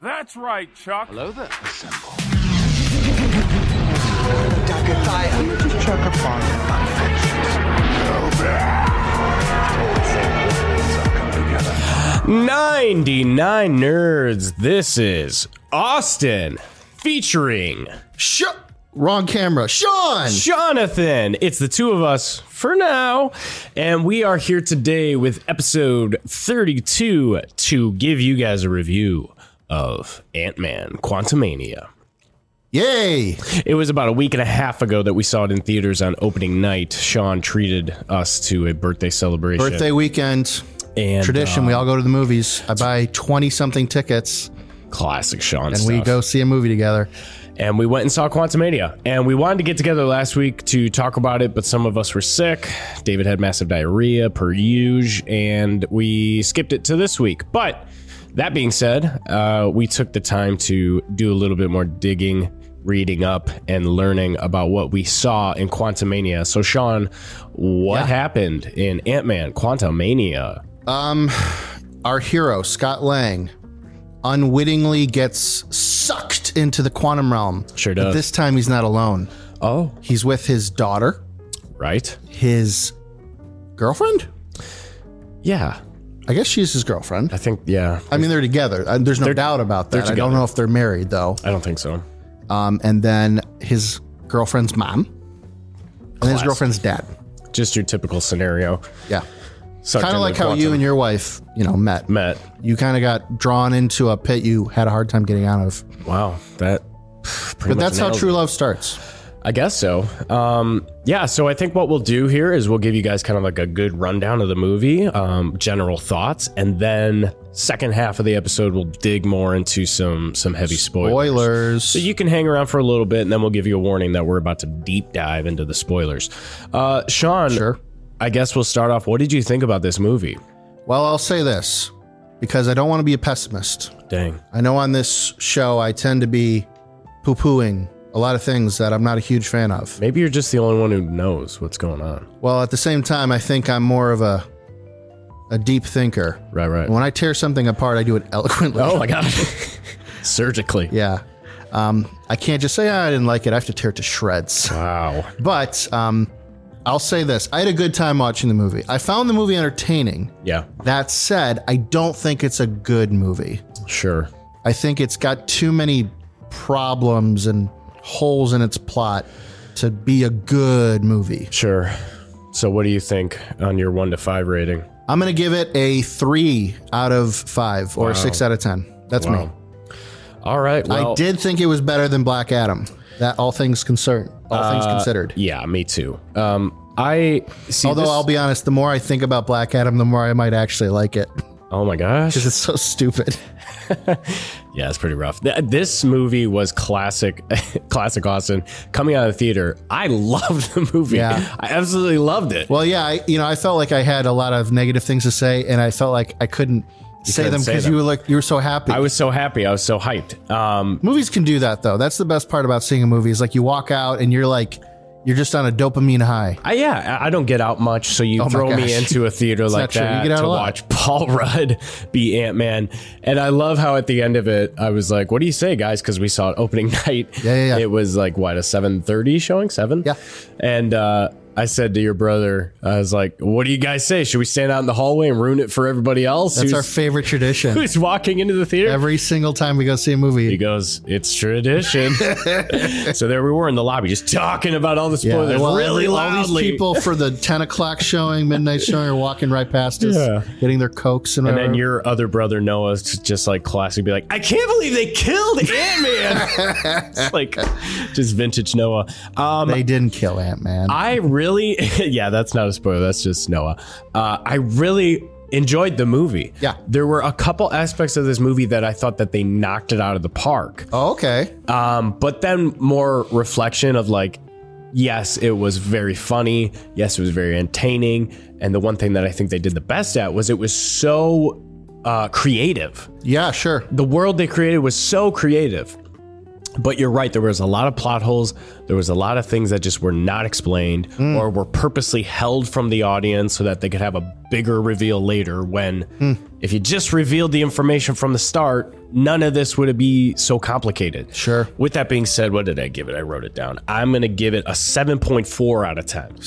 That's right, Chuck. Hello there. Assemble. Ninety-nine nerds. This is Austin featuring Sh- wrong camera. Sean. Jonathan. It's the two of us for now, and we are here today with episode thirty-two to give you guys a review of Ant-Man: Quantumania. Yay. It was about a week and a half ago that we saw it in theaters on opening night. Sean treated us to a birthday celebration. Birthday weekend. and uh, Tradition. we all go to the movies. I buy 20 something tickets uh, classic Sean and stuff. we go see a movie together. and we went and saw Quantumania. And we wanted to get together last week to talk about it, but some of us were sick. David had massive diarrhea per usual, and we skipped it to this week. But that being said, uh, we took the time to do a little bit more digging, reading up, and learning about what we saw in Quantumania. So, Sean, what Yeah. happened in Ant Man Quantumania? Um, our hero, Scott Lang, unwittingly gets sucked into the quantum realm. Sure But does. this time he's not alone. Oh, He's with his daughter, right. his girlfriend? Yeah, I guess she's his girlfriend. I think, yeah. I mean, they're together. Uh, There's no doubt about that. I don't together. know if they're married, though. I don't think so. Um, and then his girlfriend's mom. And his girlfriend's dad. Just your typical scenario. Yeah. Kind of like how you and your wife, you know, met. met. You kind of got drawn into a pit you had a hard time getting out of. Wow, that. pretty But much that's how nails true it. love starts. I guess so. Um, yeah, so I think what we'll do here is we'll give you guys kind of like a good rundown of the movie, um, general thoughts, and then second half of the episode we'll dig more into some some heavy spoilers. Spoilers. So you can hang around for a little bit, and then we'll give you a warning that we're about to deep dive into the spoilers. Uh, Sean, Sure. I guess we'll start off. What did you think about this movie? Well, I'll say this because I don't want to be a pessimist. Dang. I know on this show I tend to be poo pooing a lot of things that I'm not a huge fan of. Maybe you're just the only one who knows what's going on. Well, at the same time, I think I'm more of a a deep thinker. Right, right. And when I tear something apart, I do it eloquently. Oh my god. Surgically. Yeah. Um, I can't just say "Ah, I didn't like it. I have to tear it to shreds. Wow. But um, I'll say this: I had a good time watching the movie. I found the movie entertaining. Yeah. That said, I don't think it's a good movie. Sure. I think it's got too many problems and holes in its plot to be a good movie. Sure. So, what do you think on your one to five rating? I'm gonna give it a three out of five or a six out of ten. That's me. All right. Well, I did think it was better than Black Adam. That all things concerned, all things Uh, considered. Yeah, me too. Um, I see. Although this- I'll be honest, the more I think about Black Adam, the more I might actually like it oh my gosh, because it's so stupid. yeah, it's pretty rough. Th- this movie was classic, classic Austin. Coming out of the theater, I loved the movie. Yeah. I absolutely loved it. Well, yeah, I, you know, I felt like I had a lot of negative things to say, and I felt like I couldn't say couldn't them say because them. you were like you were so happy. I was so happy. I was so hyped. Um, movies can do that though. That's the best part about seeing a movie is like you walk out and you're like you're just on a dopamine high. I, yeah, I I don't get out much, so you Oh my throw me gosh. into a theater like not true. You that get out to a lot. watch Paul Rudd be Ant Man, and I love how at the end of it, I was like, "What do you say, guys?" Because we saw it opening night. Yeah, yeah, yeah. It was like what a seven thirty showing, seven. Yeah. and uh, I said to your brother, I was like, "What do you guys say? Should we stand out in the hallway and ruin it for everybody else That's who's, our favorite tradition. who's walking into the theater?" Every single time we go see a movie, He goes, "It's tradition." so there we were in the lobby, just talking about all the spoilers, well, really every- loudly. all these people for the ten o'clock showing, midnight showing, are walking right past us, Yeah. getting their cokes and, And whatever. then your other brother Noah's just like classic, be like, I can't believe they killed Ant Man. it's like just vintage Noah. Um, they didn't kill Ant Man. I really, yeah, that's not a spoiler. That's just Noah. Uh, I really enjoyed the movie. Yeah. there were a couple aspects of this movie that I thought that they knocked it out of the park. Oh, okay. Um, but then more reflection of like, yes, it was very funny. Yes, it was very entertaining. And the one thing that I think they did the best at was it was so uh, creative. Yeah, sure. The world they created was so creative But you're right. There was a lot of plot holes. There was a lot of things that just were not explained or were purposely held from the audience so that they could have a bigger reveal later. When if you just revealed the information from the start, none of this would be so complicated. Sure. With that being said, what did I give it? I wrote it down. I'm going to give it a 7.4 out of 10.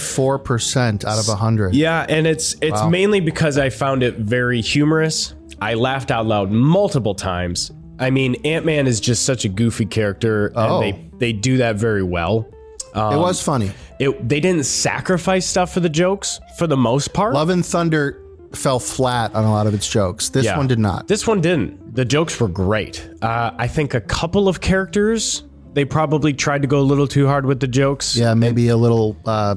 74% out of 100. Yeah, and it's it's mainly because I found it very humorous. I laughed out loud multiple times. I mean, Ant Man is just such a goofy character, Oh. and they they do that very well. it was funny. It they didn't sacrifice stuff for the jokes for the most part. Love and Thunder fell flat on a lot of its jokes. This Yeah. one did not. This one didn't. The jokes were great. Uh, I think a couple of characters they probably tried to go a little too hard with the jokes. yeah, maybe a little. Uh,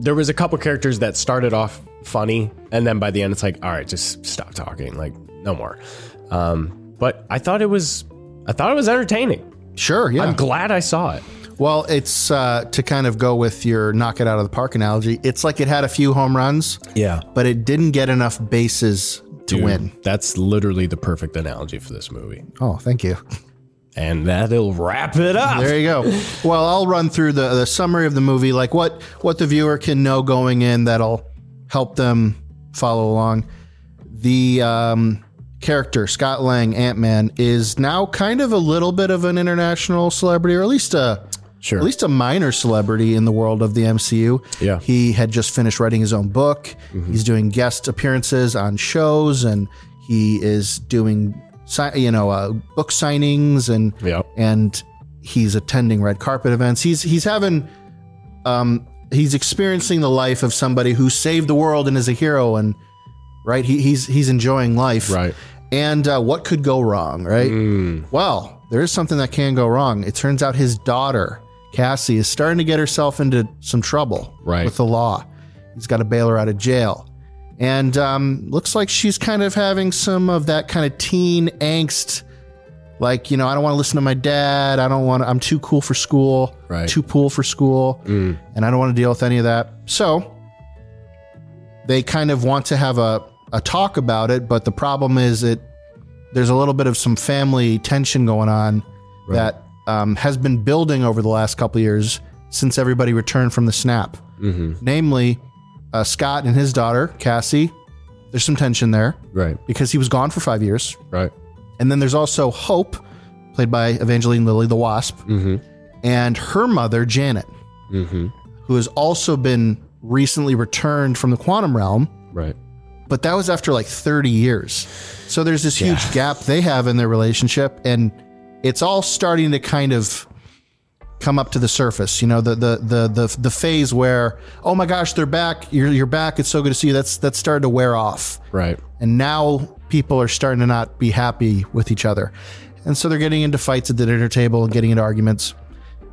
there was a couple characters that started off funny and then by the end it's like all right just stop talking like no more um, but i thought it was i thought it was entertaining sure, yeah. i'm glad i saw it well, it's uh, to kind of go with your knock it out of the park analogy. It's like it had a few home runs, yeah but it didn't get enough bases to win. that's literally the perfect analogy for this movie Oh, thank you. and that'll wrap it up There you go. Well, I'll run through the, the summary of the movie, like what what the viewer can know going in that'll help them follow along. The um, character Scott Lang, Ant Man, is now kind of a little bit of an international celebrity, or at least a sure at least a minor celebrity in the world of the MCU. Yeah. Mm-hmm. He had just finished writing his own book. He's doing guest appearances on shows and he is doing si- you know, uh, book signings and Yeah. and he's attending red carpet events. He's he's having um he's experiencing the life of somebody who saved the world and is a hero and right he, he's he's enjoying life right Mm. and uh, what could go wrong, right? Well, there is something that can go wrong. It turns out his daughter, Cassie, is starting to get herself into some trouble Right. with the law. He's got to bail her out of jail. And um, looks like she's kind of having some of that kind of teen angst. Like, you know, I don't want to listen to my dad. I don't want to, I'm too cool for school, Right. too cool for school. And I don't want to deal with any of that. So they kind of want to have a, a talk about it, but the problem is it there's a little bit of some family tension going on that um, has been building over the last couple of years since everybody returned from the snap. Mm-hmm. Namely, uh, Scott and his daughter Cassie. There's some tension there right because he was gone for five years, right and then there's also Hope, played by Evangeline Lilly, the Wasp, Mm-hmm. and her mother Janet, who has also been recently returned from the quantum realm right but that was after like 30 years. So there's this huge gap they have in their relationship and it's all starting to kind of come up to the surface. You know, the the the the, the phase where, "Oh my gosh, they're back. You're you're back. It's so good to see you." That's that's started to wear off. right And now people are starting to not be happy with each other. And so they're getting into fights at the dinner table and getting into arguments.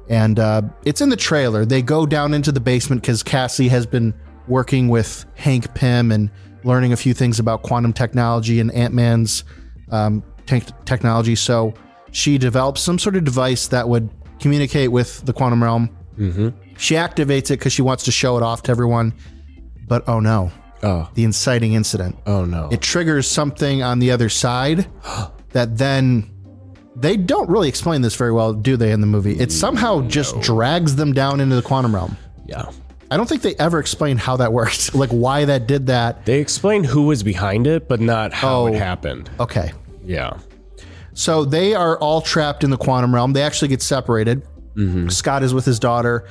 And uh, it's in the trailer. They go down into the basement because Cassie has been working with Hank Pym and learning a few things about quantum technology and Ant Man's um, tech technology. So she develops some sort of device that would communicate with the quantum realm. She activates it because she wants to show it off to everyone. But oh no, oh the inciting incident oh no it triggers something on the other side that then they don't really explain this very well, do they, in the movie? It somehow just drags them down into the quantum realm. yeah I don't think they ever explain how that worked, like why that did that. they explained who was behind it but not how it Oh. happened Okay. yeah So they are all trapped in the quantum realm. They actually get separated. Scott is with his daughter.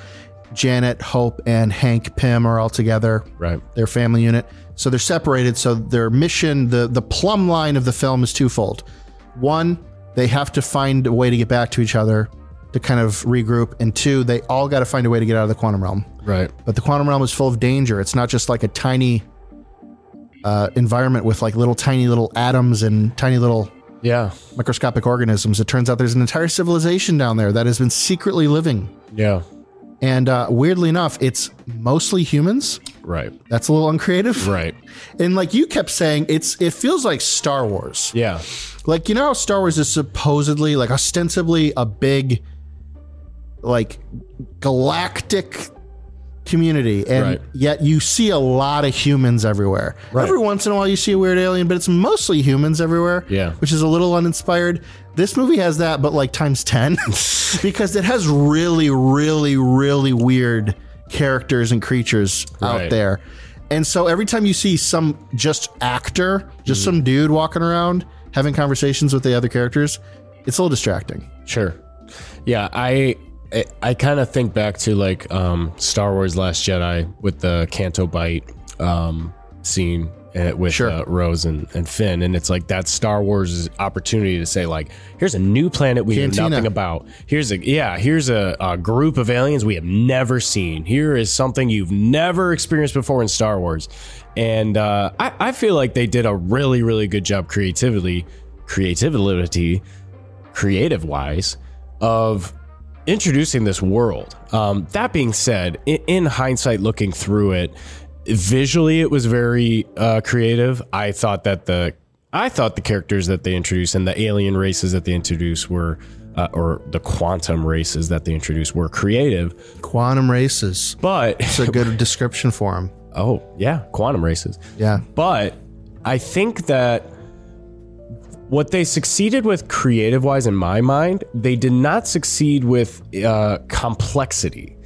Janet, Hope, and Hank Pym are all together. right their family unit. So they're separated. So their mission, the the plumb line of the film is twofold. One, they have to find a way to get back to each other to kind of regroup, and two, they all got to find a way to get out of the quantum realm. right But the quantum realm is full of danger. It's not just like a tiny uh, environment with like little tiny little atoms and tiny little yeah microscopic organisms. It turns out there's an entire civilization down there that has been secretly living. yeah And uh, weirdly enough, it's mostly humans. right That's a little uncreative. right And like you kept saying, it's it feels like Star Wars. yeah Like you know how Star Wars is supposedly like ostensibly a big like galactic community and Right. yet you see a lot of humans everywhere Right. every once in a while you see a weird alien but it's mostly humans everywhere Yeah. which is a little uninspired this movie has that but like times 10 because it has really really really weird characters and creatures Right. out there and so every time you see some just actor just Mm-hmm. some dude walking around having conversations with the other characters it's a little distracting Sure. Yeah, I I, I kind of think back to like um, Star Wars Last Jedi with the Canto Bite um, scene uh, with Sure. uh, Rose and, and Finn, and it's like that's Star Wars' opportunity to say like, here's a new planet we know Cantina. nothing about. Here's a yeah, here's a, a group of aliens we have never seen. Here is something you've never experienced before in Star Wars, and uh, I I feel like they did a really really good job creatively creativity creative wise of introducing this world. Um, that being said, in, in hindsight, looking through it, visually it was very uh, creative. I thought that the I thought the characters that they introduced and the alien races that they introduced were, uh, or the quantum races that they introduced were creative. quantum races But it's a good description for him oh yeah, quantum races. yeah But I think that what they succeeded with creative wise, in my mind, they did not succeed with uh, complexity.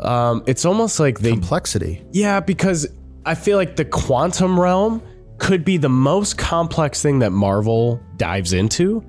Um, it's almost like they, complexity yeah, because I feel like the quantum realm could be the most complex thing that Marvel dives into.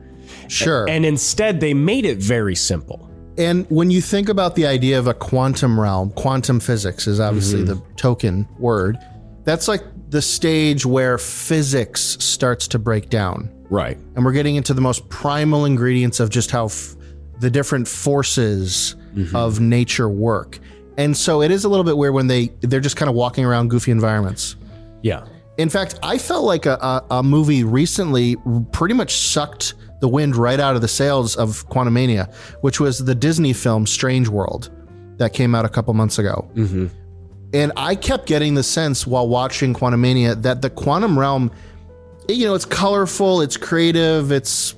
sure And instead, they made it very simple. And when you think about the idea of a quantum realm, quantum physics is obviously Mm-hmm. the token word. That's like the stage where physics starts to break down. Right. And we're getting into the most primal ingredients of just how f- the different forces of nature work. And so it is a little bit weird when they they're just kind of walking around goofy environments. Yeah. In fact, I felt like a, a, a movie recently pretty much sucked the wind right out of the sails of Quantumania, which was the Disney film Strange World that came out a couple months ago. Mm-hmm. And I kept getting the sense while watching Quantumania that the quantum realm, you know, it's colorful, it's creative, it's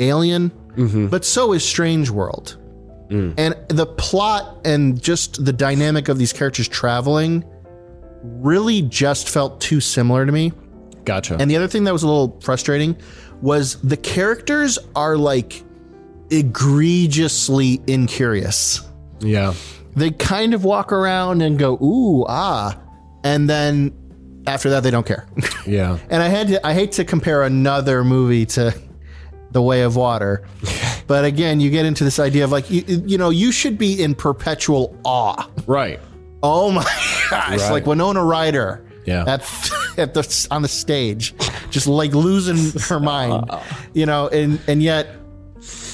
alien, but so is Strange World. And the plot and just the dynamic of these characters traveling really just felt too similar to me. Gotcha. And the other thing that was a little frustrating was the characters are like egregiously incurious. yeah. They kind of walk around and go, ooh, ah. And then after that, they don't care. Yeah. and I had to, I hate to compare another movie to The Way of Water. but again, you get into this idea of like, you, you know, you should be in perpetual awe. Right. Oh my gosh! Right. Like Winona Ryder, Yeah. at, at the on the stage, just like losing her mind, you know. And and yet,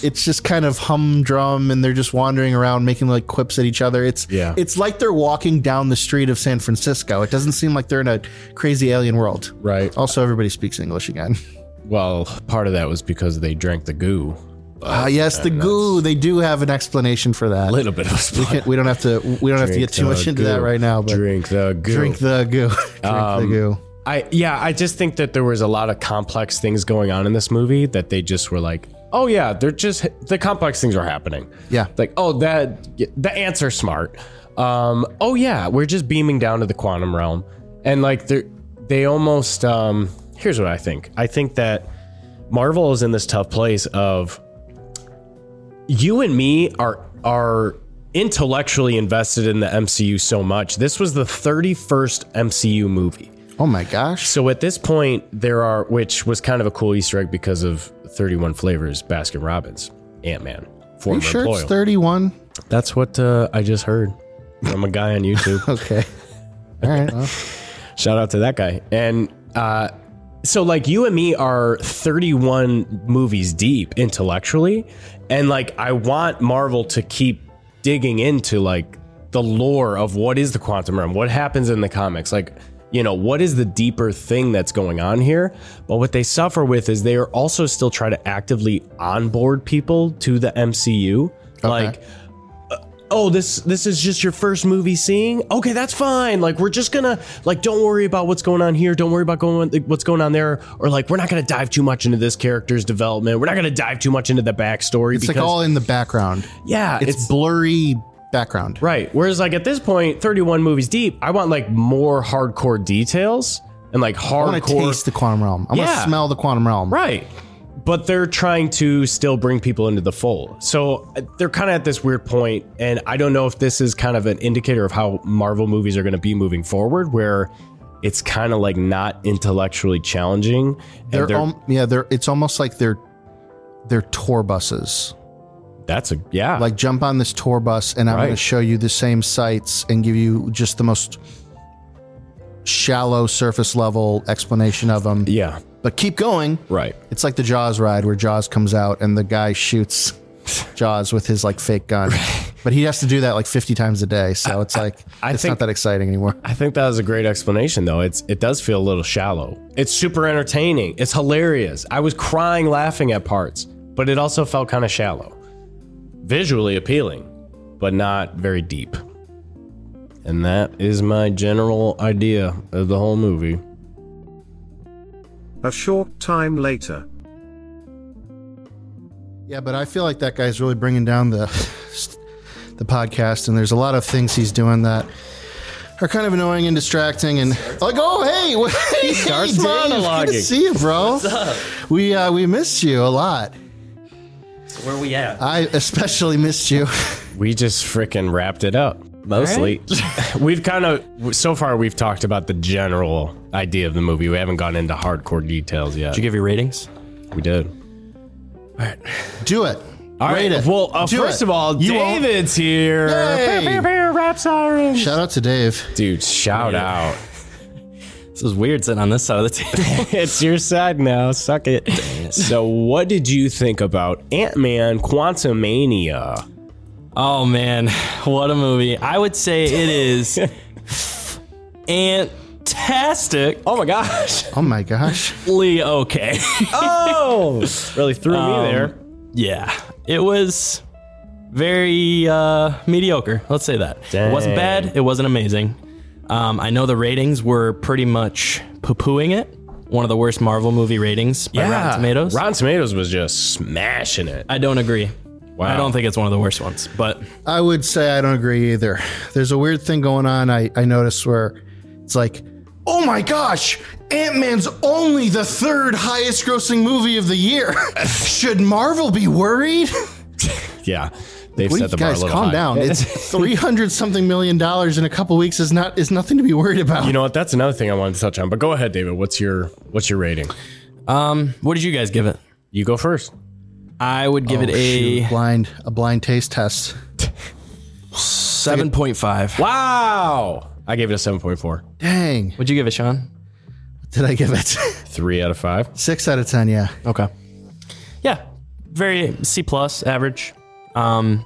it's just kind of humdrum, and they're just wandering around making like quips at each other. It's Yeah. It's like they're walking down the street of San Francisco. It doesn't seem like they're in a crazy alien world. Right. Also, everybody speaks English again. Well, part of that was because they drank the goo. Ah, yes, the goo. They do have an explanation for that. A little bit of We, can't- we don't have to. We don't have to get too much into that right now. But drink, drink the Um, goo. the goo. drink the goo. I yeah, I just think that there was a lot of complex things going on in this movie that they just were like, oh yeah, they're just the complex things are happening. Yeah. like oh that the ants are smart. Um, oh yeah, we're just beaming down to the quantum realm, and like they they almost um, here's what I think. I think that Marvel is in this tough place of you and me are are intellectually invested in the MCU so much. This was the 31st MCU movie. Oh my gosh. So at this point, there are, which was kind of a cool Easter egg because of 31 flavors, Baskin Robbins, Ant Man, Are former you sure employee. it's 31? That's what uh, I just heard from a guy on YouTube. Okay. All right. well, Shout out to that guy. And uh, so, like, you and me are 31 movies deep intellectually. And, like, I want Marvel to keep digging into, like, the lore of what is the quantum realm, what happens in the comics, like, you know, what is the deeper thing that's going on here? But what they suffer with is they are also still trying to actively onboard people to the MCU. Like, oh this this is just your first movie seeing okay that's fine like we're just gonna like don't worry about what's going on here don't worry about going like, what's going on there or like we're not gonna dive too much into this character's development we're not gonna dive too much into the backstory It's because like all in the background. yeah It's, blurry background. Right. Whereas like at this point, 31 movies deep, I want like more hardcore details and like I want to hardcore taste the quantum realm. I want Yeah. to smell the quantum realm. Right. But they're trying to still bring people into the fold. So uh, they're kind of at this weird point, and I don't know if this is kind of an indicator of how Marvel movies are going to be moving forward where it's kind of like not intellectually challenging. and They're, they're- al- yeah, they're it's almost like they're they're tour buses. that's a yeah. Like jump on this tour bus and I'm Right. going to show you the same sites and give you just the most shallow surface level explanation of them. yeah. But keep going. Right. It's like the Jaws ride where Jaws comes out and the guy shoots Jaws with his like fake gun. But he has to do that like 50 times a day, so it's like I it's think- not that exciting anymore. I think that was a great explanation, though. It's it does feel a little shallow. It's super entertaining. It's hilarious. I was crying laughing at parts, but it also felt kind of shallow. Visually appealing, but not very deep. And that is my general idea of the whole movie. A short time later. Yeah, but I feel like that guy's really bringing down the the podcast, and there's a lot of things he's doing that are kind of annoying and distracting, and like, oh hey, what- hey, starts Dave, good to monologuing. see you, bro. We uh, we missed you a lot. Where we at? I especially missed you. We just freaking wrapped it up. Mostly. we've kind of, so far, we've talked about the general idea of the movie. We haven't gone into hardcore details yet. Did you give your ratings? we did. Do it. All right. Rate it. Well, uh, Do first it. of all, You won't. David's here. Hey! Pew, pew, pew, rap sirens. Shout out to Dave. Dude, shout out. This is weird sitting on this side of the table. It's your side now. Suck it. So, what did you think about Ant Man Quantumania? oh man, what a movie! I would say it is fantastic. Oh my gosh. Oh my gosh. Lee, okay. Oh, really threw Um, me there. yeah, it was very uh, mediocre. Let's say that. It wasn't Dang. bad. It wasn't amazing. Um, I know the ratings were pretty much poo-pooing it. One of the worst Marvel movie ratings by Rotten Tomatoes. Rotten Tomatoes was just smashing it. I don't agree. Wow. I don't think it's one of the worst ones, but I would say I don't agree either. There's a weird thing going on I, I noticed where it's like, oh my gosh, Ant Man's only the third highest grossing movie of the year. Should Marvel be worried? Yeah. They've What do set you the bar a guys little calm high. down? It's 300 something million dollars in a couple weeks is not is nothing to be worried about. You know what? That's another thing I wanted to touch on. But go ahead, David. What's your what's your rating? um, what did you guys give it? You go first. I would give it Oh, shoot, a blind a blind taste test. seven point five. Wow. I gave it a 7.4. Dang. Would you give it, Sean? Did I give it? Three out of five. Six out of ten, yeah. Okay. Yeah, very C plus average. Um,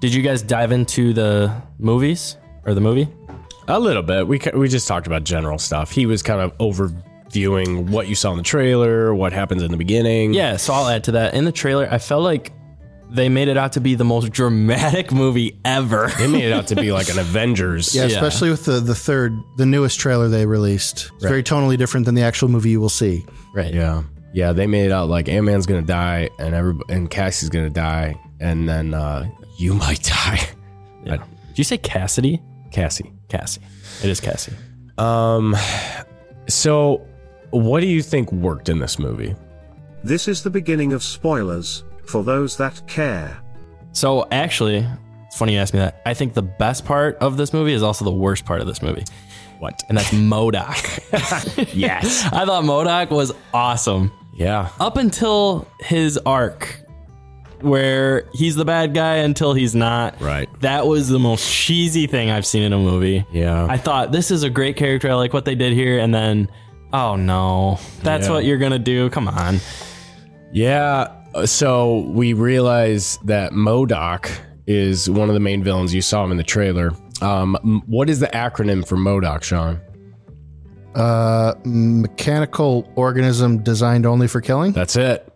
did you guys dive into the movies or the movie? A little bit. We ca- we just talked about general stuff. He was kind of overviewing what you saw in the trailer, what happens in the beginning. Yeah, so I'll add to that. In the trailer, I felt like they made it out to be the most dramatic movie ever. They made it out to be like an Avengers. Yeah, Yeah. especially with the the third, the newest trailer they released. It's very tonally different than the actual movie you will see. right. Yeah. Yeah, they made it out like Ant Man's gonna die and every and Cassie's gonna die and then uh you might die. Yeah. Did you say Cassidy? Cassie. Cassie. It is Cassie. So what do you think worked in this movie? This is the beginning of spoilers, for those that care. So actually, it's funny you asked me that. I think the best part of this movie is also the worst part of this movie. What? And that's Modoc. Yes. I thought Modoc was awesome. yeah. Up until his arc, where he's the bad guy until he's not. Right. That was the most cheesy thing I've seen in a movie. Yeah. I thought this is a great character. I like what they did here. And then, oh no, that's Yeah. what you're going to do. Come on. Yeah. uh, So we realize that Modoc is one of the main villains. You saw him in the trailer. Um, m- what is the acronym for Modoc, Sean? Uh, mechanical organism designed only for killing. That's it.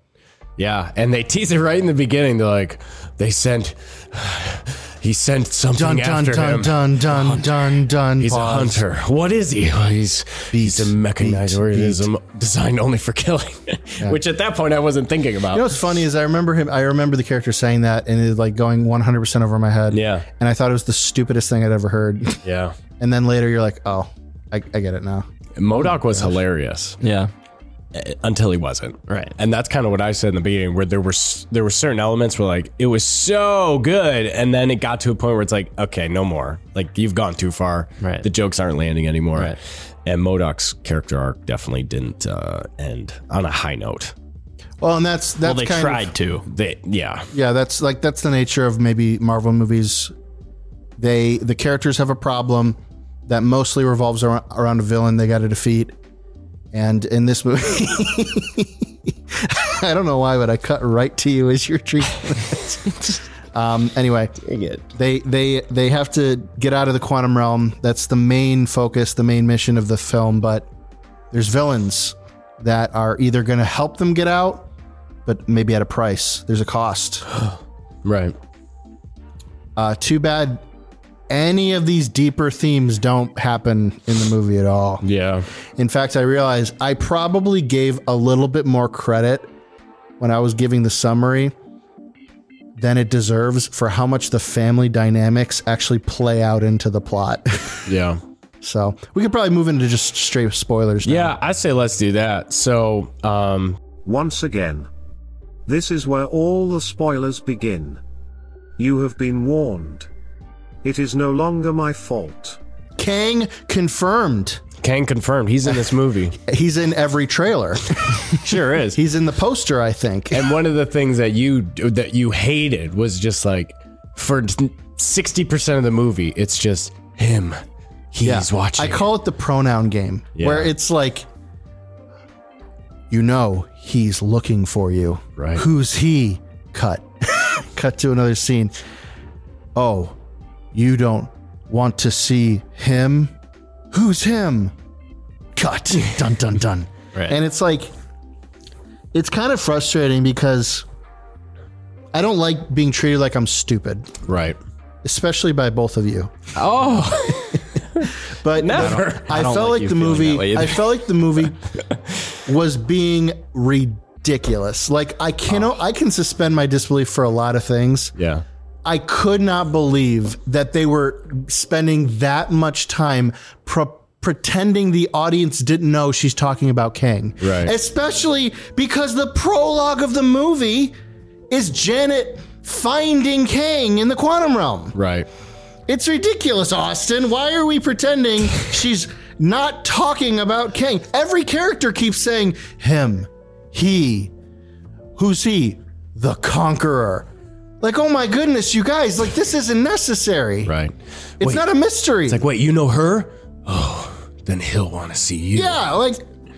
Yeah, and they tease it right in the beginning. They're like, they sent He sent something Dun dun after dun, him. dun dun dun dun. He's Pause. a hunter. What is he? Well, he's he's Beat, a mechanized beat, organism designed only for killing, which at that point I wasn't thinking about. You know what's funny is I remember him. I remember the character saying that, and it like going 100 percent over my head. Yeah. and I thought it was the stupidest thing I'd ever heard. yeah, and then later, you're like, oh, I, I get it now. Modoc was hilarious Yeah. until he wasn't. Right. and that's kind of what I said in the beginning, where there were s- there were certain elements where like it was so good, and then it got to a point where it's like, okay, no more. Like you've gone too far. Right. The jokes aren't landing anymore. Right. And Modoc's character arc definitely didn't uh, end on a high note. Well, and that's that's Well, they kind tried Of, to. They, yeah, yeah, that's like that's the nature of maybe Marvel movies. They the characters have a problem that mostly revolves around, around a villain they got to defeat, and in this movie. I don't know why, but I cut right to you as you're treatment. um, anyway, they they they have to get out of the quantum realm. That's the main focus, the main mission of the film. But there's villains that are either going to help them get out, but maybe at a price. There's a cost. right. Uh, too bad any of these deeper themes don't happen in the movie at all. Yeah, In fact, I realized I probably gave a little bit more credit when I was giving the summary than it deserves for how much the family dynamics actually play out into the plot. yeah. so we could probably move into just straight spoilers. Now. Yeah, I say let's do that. So, um, Once again. This is where all the spoilers begin. You have been warned. It is no longer my fault. Kang confirmed. Kang confirmed he's in this movie. He's in every trailer. sure is. He's in the poster, I think. and one of the things that you that you hated was just like for sixty percent of the movie, it's just him. He's watching. I call it the pronoun game, where Yeah. it's like, you know, he's looking for you. Right. Who's he? Cut. Cut to another scene. Oh, you don't want to see him? Who's him? Cut. Dun, dun, dun. Right. And it's like, it's kind of frustrating because I don't like being treated like I'm stupid, right. especially by both of you. Oh, But never. I, felt like, you the feeling that movie. way either. I felt like the movie was being ridiculous. Like I Oh. cannot. I can suspend my disbelief for a lot of things. Yeah. I could not believe that they were spending that much time pro- pretending the audience didn't know she's talking about Kang. Right. Especially because the prologue of the movie is Janet finding Kang in the quantum realm. Right. It's ridiculous, Austin. Why are we pretending she's not talking about King? Every character keeps saying him, he, who's he? The conqueror. Like, oh my goodness, you guys, like this isn't necessary. Right. It's Wait. not a mystery. Like, wait, you know her? Oh, then he'll want to see you. yeah, like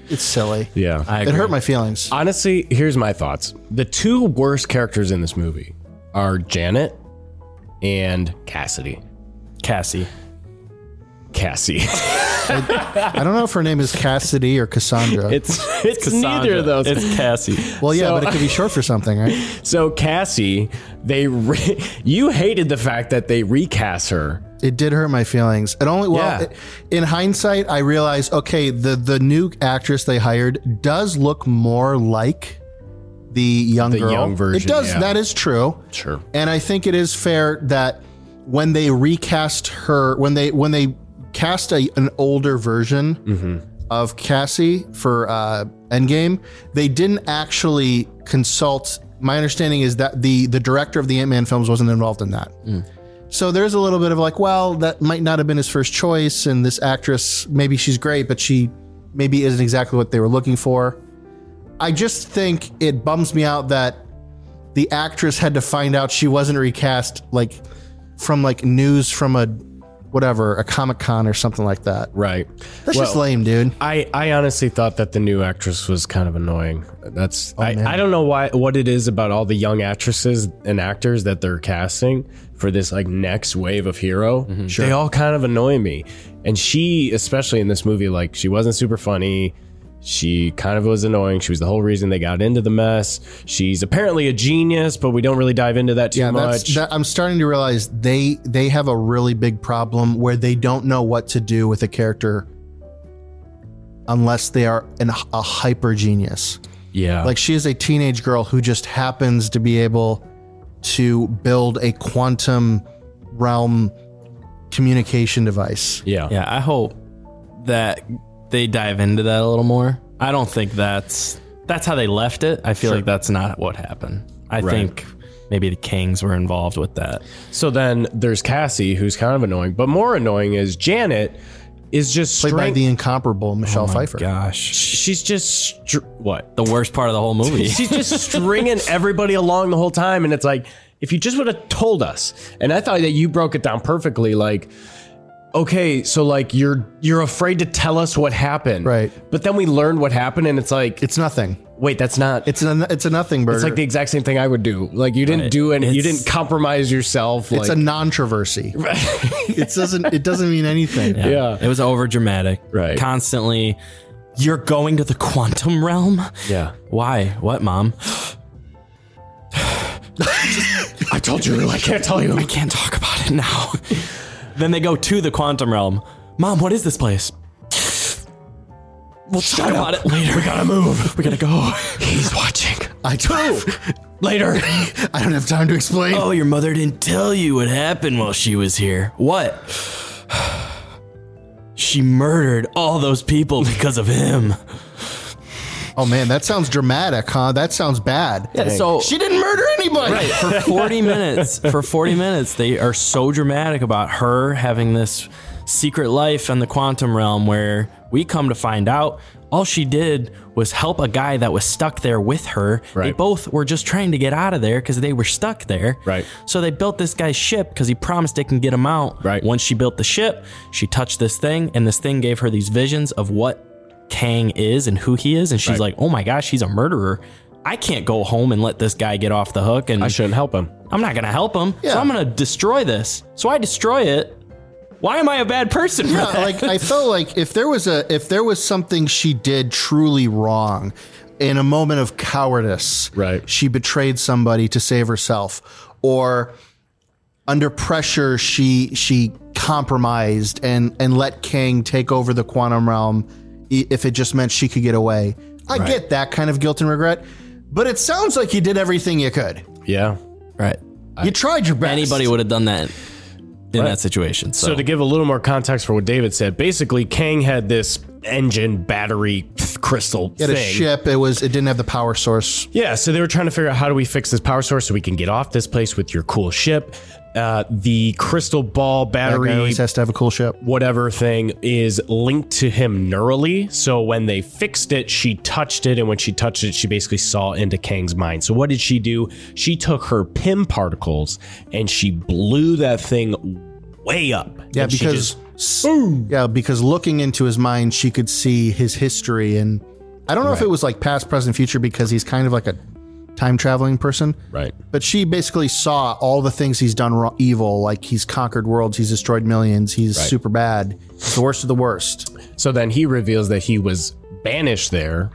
it's silly. Yeah. I It agree. hurt my feelings. Honestly, here's my thoughts. The two worst characters in this movie are Janet and Cassidy. Cassie. Cassie. I don't know if her name is Cassidy or Cassandra. It's it's, neither Cassandra. of those. It's Cassie. well, yeah, so- but it could be short for something, right? So Cassie, they re- you hated the fact that they recast her. It did hurt my feelings. It only well, Yeah. it- in hindsight, I realized okay, the the new actress they hired does look more like the young girl. young version, it does. yeah. That is true. Sure. And I think it is fair that when they recast her, when they when they cast a, an older version of Cassie for uh, Endgame, they didn't actually consult. My understanding is that the the director of the Ant Man films wasn't involved in that. So there's a little bit of like, well, that might not have been his first choice, and this actress maybe she's great, but she maybe isn't exactly what they were looking for. I just think it bums me out that the actress had to find out she wasn't recast like from like news from a whatever a comic con or something like that. Right. That's just Well, lame, dude. I, I honestly thought that the new actress was kind of annoying. That's Oh, I, I don't know why what it is about all the young actresses and actors that they're casting for this like next wave of hero. Mm-hmm. They all kind of annoy me. And she, especially in this movie, like she wasn't super funny. She kind of was annoying. She was the whole reason they got into the mess. She's apparently a genius, but we don't really dive into that too Yeah, much. that's. That, I'm starting to realize they they have a really big problem where they don't know what to do with a character unless they are an, a hyper genius. yeah. Like she is a teenage girl who just happens to be able to build a quantum realm communication device. yeah. Yeah, I hope that they dive into that a little more. I don't think that's that's how they left it. I feel like that's not what happened. I think maybe the Kings were involved with that. So then there's Cassie, who's kind of annoying, but more annoying is Janet is just Played by straight- Oh the incomparable Michelle Pfeiffer. Gosh, she's just str- what? the worst part of the whole movie. She's just stringing everybody along the whole time, and it's like if you just would have told us. And I thought that you broke it down perfectly, like. Okay, so like you're you're afraid to tell us what happened. Right. But then we learned what happened and it's like It's nothing. wait, that's not It's a it's a nothing burger. it's like the exact same thing I would do. Like you didn't do and you It's- didn't compromise yourself it's like a non-traversy. it doesn't it doesn't mean anything. Yeah. It was over dramatic. Right. Constantly, you're going to the quantum realm? Yeah. Why? What, mom? I told you I can't tell you. I can't talk about it now. then they go to the quantum realm. Mom, what is this place? We'll talk about it later. We gotta move. We gotta go. He's watching. I don't Later. I don't have time to explain. Oh, your mother didn't tell you what happened while she was here. What? she murdered all those people because of him. Oh man, that sounds dramatic, huh? That sounds bad. so She didn't murder anybody. Right. For 40 minutes, for 40 minutes, they are so dramatic about her having this secret life in the quantum realm where we come to find out all she did was help a guy that was stuck there with her. They Right. both were just trying to get out of there because they were stuck there. Right. So they built this guy's ship because he promised they can get him out. Right. Once she built the ship, she touched this thing, and this thing gave her these visions of what Kang is and who he is, and she's like, "Oh my gosh, he's a murderer." I can't go home and let this guy get off the hook, and I shouldn't help him. I'm not gonna help him. So Yeah. I'm gonna destroy this. So I destroy it. Why am I a bad person? For Yeah, that? like I felt like if there was a if there was something she did truly wrong in a moment of cowardice, Right. She betrayed somebody to save herself or under pressure she she compromised and and let Kang take over the quantum realm i- if it just meant she could get away. I get that kind of guilt and regret, but it sounds like you did everything you could. Yeah. right. you tried your best. Anybody would have done that in that situation. So, So to give a little more context for what David said, basically Kang had this engine battery crystal He had thing. a ship. It was. It didn't have the power source. Yeah, so they were trying to figure out how do we fix this power source so we can get off this place with your cool ship. Uh, the crystal ball That guy battery always has to have a cool ship. whatever thing is linked to him neurally. So when they fixed it, she touched it, and when she touched it, she basically saw into Kang's mind. So what did she do? She took her PIM particles and she blew that thing way up. Yeah, And she because just- yeah, because looking into his mind, she could see his history, and I don't know if it was like past, present, future, because he's kind of like a time traveling person. right. But she basically saw all the things he's done wrong, evil, like he's conquered worlds, he's destroyed millions, he's super bad, he's the worst of the worst. So then he reveals that he was banished there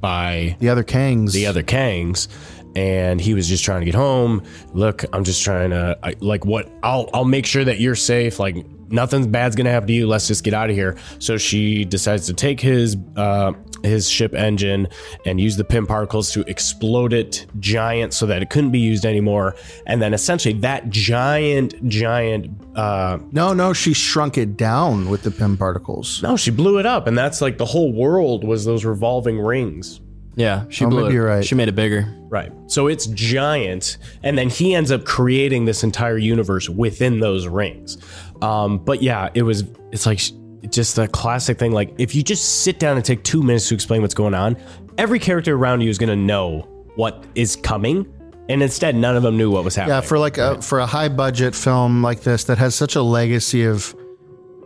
by The other Kangs, the other Kangs, and he was just trying to get home. Look, I'm just trying to I, like what I'll I'll make sure that you're safe. Like nothing's bad's gonna happen to you. Let's just get out of here. So she decides to take his uh, his ship engine and use the pin particles to explode it giant so that it couldn't be used anymore. And then essentially that giant giant. Uh, no, no, she shrunk it down with the pim particles. no, she blew it up, and that's like the whole world was those revolving rings. yeah, she Oh, blew maybe it. you're right. She made it bigger. Right. So it's giant, and then he ends up creating this entire universe within those rings. Um, but yeah, it was. It's like sh- just the classic thing. Like if you just sit down and take two minutes to explain what's going on, every character around you is going to know what is coming, and instead, none of them knew what was happening. Yeah, for like a for a high budget film like this that has such a legacy of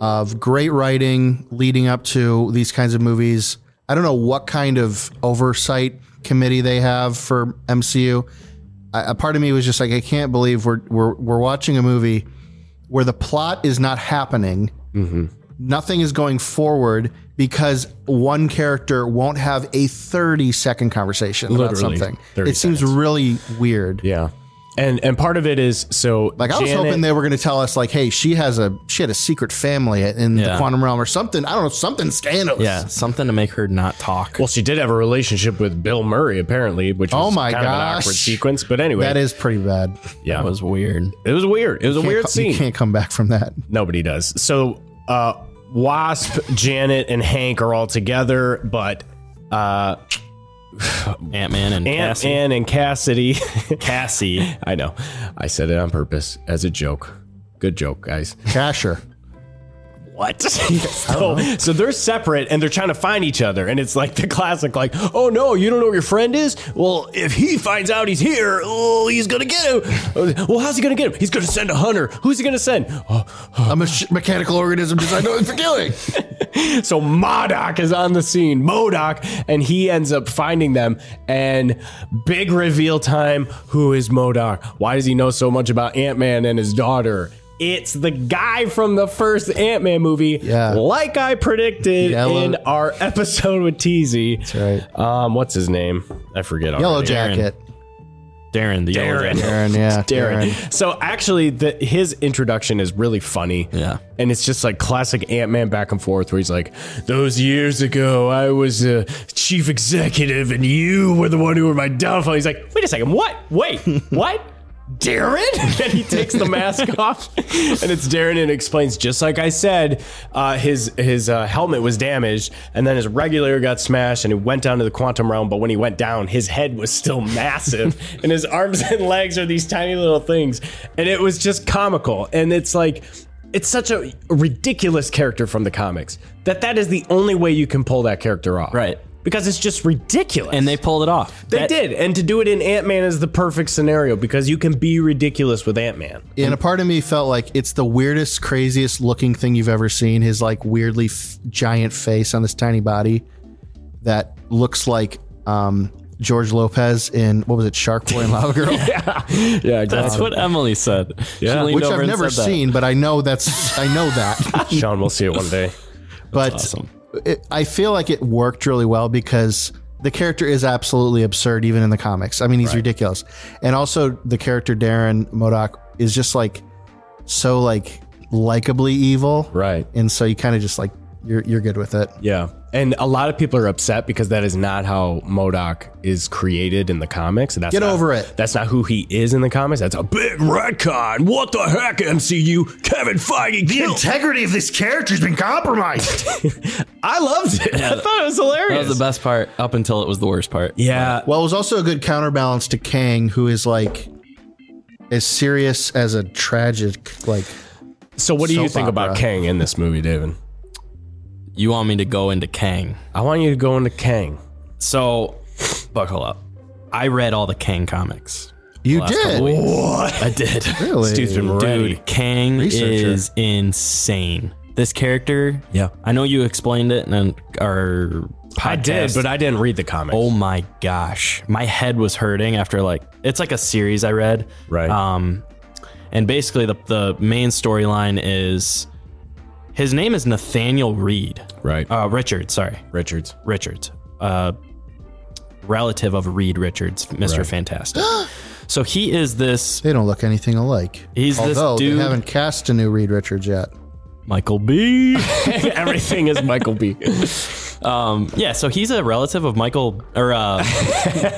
of great writing leading up to these kinds of movies. I don't know what kind of oversight committee they have for MCU. I, a part of me was just like, I can't believe we're we're we're watching a movie where the plot is not happening. nothing is going forward because one character won't have a 30 second conversation about Literally, something. 30 It seems really weird. Yeah. And and part of it is so Like I was Janet- hoping they were going to tell us like, hey, she has a she had a secret family in the Yeah. quantum realm or something. I don't know something scandalous. Yeah, something to make her not talk. Well, she did have a relationship with Bill Murray, apparently, which was Oh my kind of an gosh. awkward sequence. But anyway, that is pretty bad. yeah, that was weird. it was weird. It was a Can't weird co- scene. You can't come back from that. Nobody does. So uh, Wasp, Janet, and Hank are all together, but uh, Ant Man and Aunt Cassie. Ann and Cassidy. Cassie. I know. I said it on purpose as a joke. Good joke, guys. Casher. What? so, so they're separate and they're trying to find each other. And it's like the classic, like, oh no, you don't know where your friend is? Well, if he finds out he's here, oh, he's going to get him. Uh, Well, how's he going to get him? He's going to send a hunter. Who's he going to send? Oh, a mach- mechanical organism designed only for killing. So Modoc is on the scene, Modoc, and he ends up finding them. And big reveal time who is Modoc? Why does he know so much about Ant Man and his daughter? It's the guy from the first Ant Man movie, Yeah. like I predicted Yellow- in our episode with TZ. That's right. Um, what's his name? I forget. Already. Yellow jacket. Darren, the yellow Darren. jacket. Darren, yeah. Darren. So actually, the, his introduction is really funny. Yeah. and it's just like classic Ant Man back and forth, where he's like, "Those years ago, I was a chief executive, and you were the one who were my downfall." He's like, "Wait a second, what? Wait, what?" Darren? And he takes the mask off, and it's Darren, and explains just like I said, uh, his his uh, helmet was damaged, and then his regulator got smashed, and he went down to the quantum realm. But when he went down, his head was still massive, and his arms and legs are these tiny little things, and it was just comical. And it's like it's such a ridiculous character from the comics that that is the only way you can pull that character off, Right. Because it's just ridiculous, And they pulled it off. they That- did, and to do it in Ant Man is the perfect scenario because you can be ridiculous with Ant Man. And a part of me felt like it's the weirdest, craziest looking thing you've ever seen. His like weirdly f- giant face on this tiny body that looks like um, George Lopez in what was it, Shark Boy and Lava Girl, Yeah, exactly. That's what Emily said. Yeah. which I've never seen, but I know that's I know that. Sean will see it one day. but awesome. it, I feel like it worked really well because the character is absolutely absurd, even in the comics. I mean, he's ridiculous, and also the character Darren Modoc is just like so like likably evil, Right. and so you kind of just like you're you're good with it. Yeah. And a lot of people are upset because that is not how Modoc is created in the comics. That's Get not- over it. That's not who he is in the comics. That's a big retcon. What the heck, MCU? Kevin Feige killed. integrity of this character's been compromised. I loved it. I thought it was That hilarious. was the best part up until it was the worst part. yeah. well, it was also a good counterbalance to Kang, who is like as serious as a tragic like. So what do you Soap think about opera. Kang in this movie, David? You want me to go into Kang. I want you to go into Kang. So, buckle up. I read all the Kang comics. You last couple did weeks. What? I did. really. Dude's been ready. Dude, Kang Researcher. is insane. This character, Yeah. I know you explained it in an- our podcast. I did, but I didn't read the comics. Oh my gosh, my head was hurting after like it's like a series I read. Right. Um, and basically the the main storyline is his name is Nathaniel Reed. right. Uh, Richard, sorry, Richards. Richards. Uh, relative of Reed Richards, Mister Fantastic. so he is this They don't look anything alike. He's this Although dude- they haven't cast a new Reed Richards yet. Michael B. Everything is Michael B. um, yeah, so he's a relative of Michael or uh,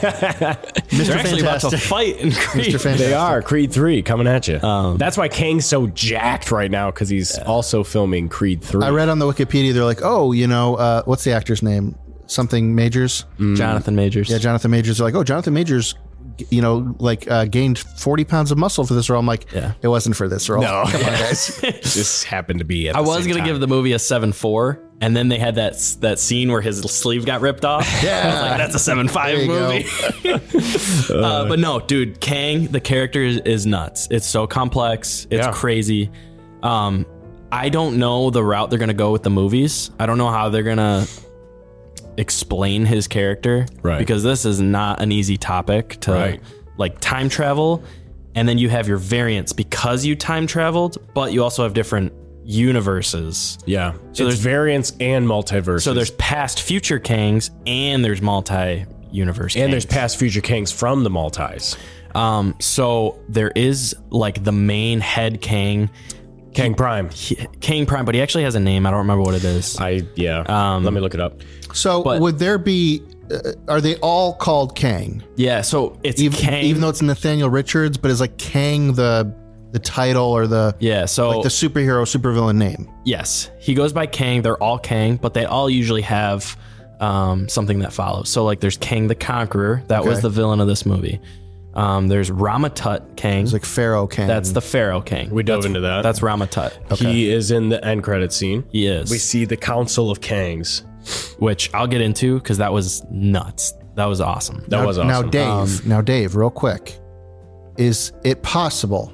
Mr. they're actually about to fight in Creed. Mr. Fantastic. They are Creed three coming at you. Um, That's why Kang's so jacked right now because he's also filming Creed three. I read on the Wikipedia, they're like, oh, you know, uh, what's the actor's name? Something Majors. Jonathan Majors. Yeah, Jonathan Majors. They're like, oh, Jonathan Majors, g- you know, like uh, gained 40 pounds of muscle for this role. I'm like, Yeah. it wasn't for this role. No. Come on, guys. this happened to be. At I was gonna give the movie a seven four, and then they had that s- that scene where his sleeve got ripped off. I was Yeah. like, that's a seven There five you go. movie. uh, but no, dude, Kang, the character is, is nuts. It's so complex. It's Yeah. crazy. Um, I don't know the route they're gonna go with the movies. I don't know how they're gonna explain his character, Right. Because this is not an easy topic to Right. like time travel, and then you have your variants because you time traveled, but you also have different universes. Yeah. So there's- there's variants and multiverses. So there's past, future Kangs, and there's multi-universe. and there's Kangs. past future kings from the Maltese. Um, so there is like the main head Kang, Kang Prime. K- Kang Prime, but he actually has a name. I don't remember what it is. I yeah. Um, Let me look it up. So But- would there be? Uh, are they all called Kang? yeah, so it's Even, Kang. even though it's Nathaniel Richards, but is like Kang the the title or the yeah, so the superhero supervillain name? yes, he goes by Kang. They're all Kang, but they all usually have um, something that follows. So like there's Kang the Conqueror. That was Okay. the villain of this movie. Um, there's Ramatut Kang. It's like Pharaoh Kang. That's the Pharaoh King. We dove into that. That's Ramatut. He is in the end credit scene. He is, We see the Council of Kangs. which I'll get into because that was nuts. That was awesome. That was awesome. now Dave. now Dave, real quick, is it possible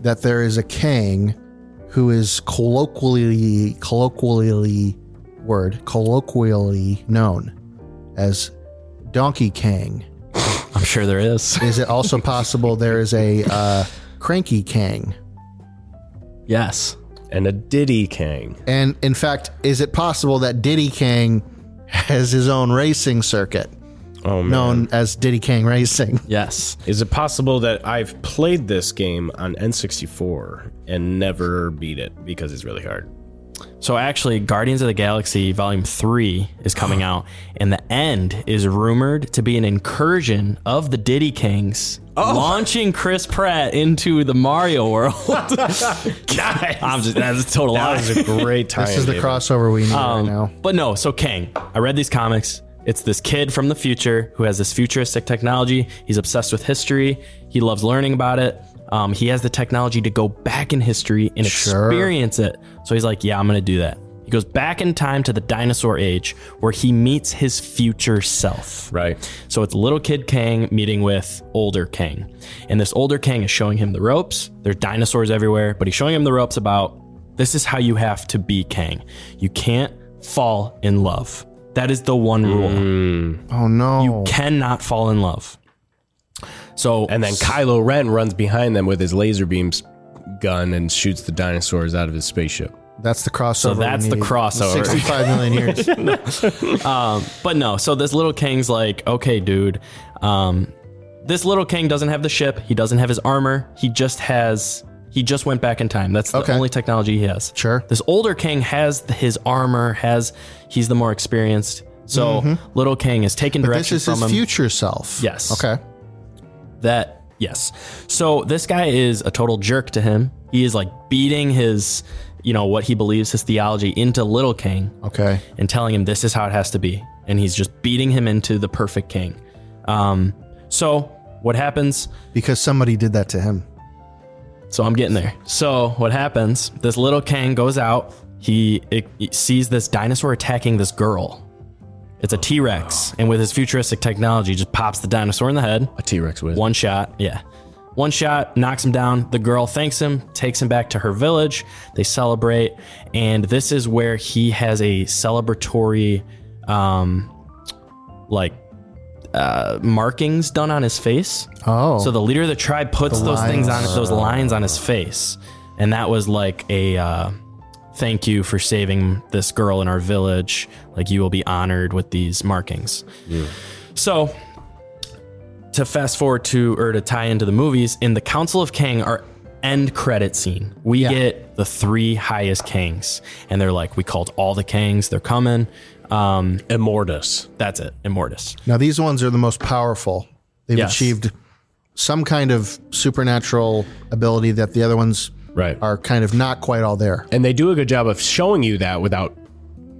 that there is a Kang who is colloquially colloquially word colloquially known as Donkey Kang? I'm sure there is. Is it also possible there is a uh, Cranky Kang? yes. and a Diddy Kang. And in fact, is it possible that Diddy Kang has his own racing circuit Oh man. known as Diddy Kang Racing? Yes. Is it possible that I've played this game on N64 and never beat it because it's really hard? So actually, Guardians of the Galaxy Volume 3 is coming out, and the end is rumored to be an incursion of the Diddy Kings launching Chris Pratt into the Mario world. I'm just, that's a total That lie. was a great time. This is the crossover we need right now. But no, so Kang, I read these comics. It's this kid from the future who has this futuristic technology. He's obsessed with history. He loves learning about it. Um, he has the technology to go back in history and Sure. experience it. So he's like, yeah, I'm going to do that. He goes back in time to the dinosaur age where he meets his future self. Right. So it's little kid Kang meeting with older Kang. And this older Kang is showing him the ropes. There's dinosaurs everywhere, but he's showing him the ropes about this is how you have to be Kang. You can't fall in love. That is the one rule. Oh no. Cannot fall in love. So And then Kylo Ren runs behind them with his laser beams gun and shoots the dinosaurs out of his spaceship. That's the crossover. we that's the need. crossover. 65 million years. But no, so this little king's like, okay, dude. Um, this little king doesn't have the ship. He doesn't have his armor. He just has. He just went back in time. That's the Okay. only technology he has. Sure. This older king has th- his armor. Has he's the more experienced. So little king is taking Mm-hmm. this direction is his from him. future self. Yes. Okay. That yes. So this guy is a total jerk to him. He is like beating his, you know, what he believes his theology into little king Okay. and telling him this is how it has to be. And he's just beating him into the perfect king. Um, so what happens? Because somebody did that to him. So I'm getting there. So what happens? This little king goes out. He, it, he sees this dinosaur attacking this girl. It's a T Rex, and with his futuristic technology, just pops the dinosaur in the head. A T Rex with. One shot, yeah. One shot, knocks him down. The girl thanks him, takes him back to her village. They celebrate, and this is where he has a celebratory, um, like, uh, markings done on his face. Oh. So the leader of the tribe puts those things on lines. those lines on his face, and that was like a uh, thank you for saving this girl in our village. Like you will be honored with these markings. So to fast forward to or to tie into the movies in the Council of Kang our end credit scene we get the three highest kangs and they're like we called all the kangs they're coming um Immortus. that's it immortus now these ones are the most powerful. They've Yes. achieved some kind of supernatural ability that the other ones Right. are kind of not quite all there. And they do a good job of showing you that without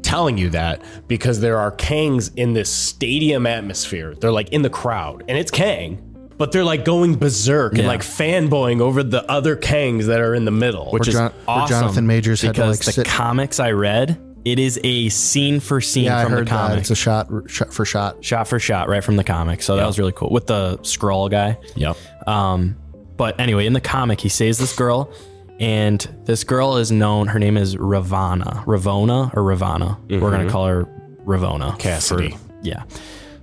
telling you that because there are Kangs in this stadium atmosphere. They're like in the crowd and it's Kang, but they're like going berserk and Yeah. like fanboying over the other Kangs that are in the middle. which is Jon- where awesome Jonathan Majors had to, because like, the sit- comics I read, it is a scene for scene Yeah, I from the heard that. comic, It's a shot, shot for shot. shot for shot, right from the comic. So that was really cool with the scroll guy. yep. Um, but anyway, in the comic, he saves this girl, and this girl is known. Her name is Ravana, Ravona, or Ravana. We're gonna call her Ravona. Mm-hmm. Cassidy. for- yeah.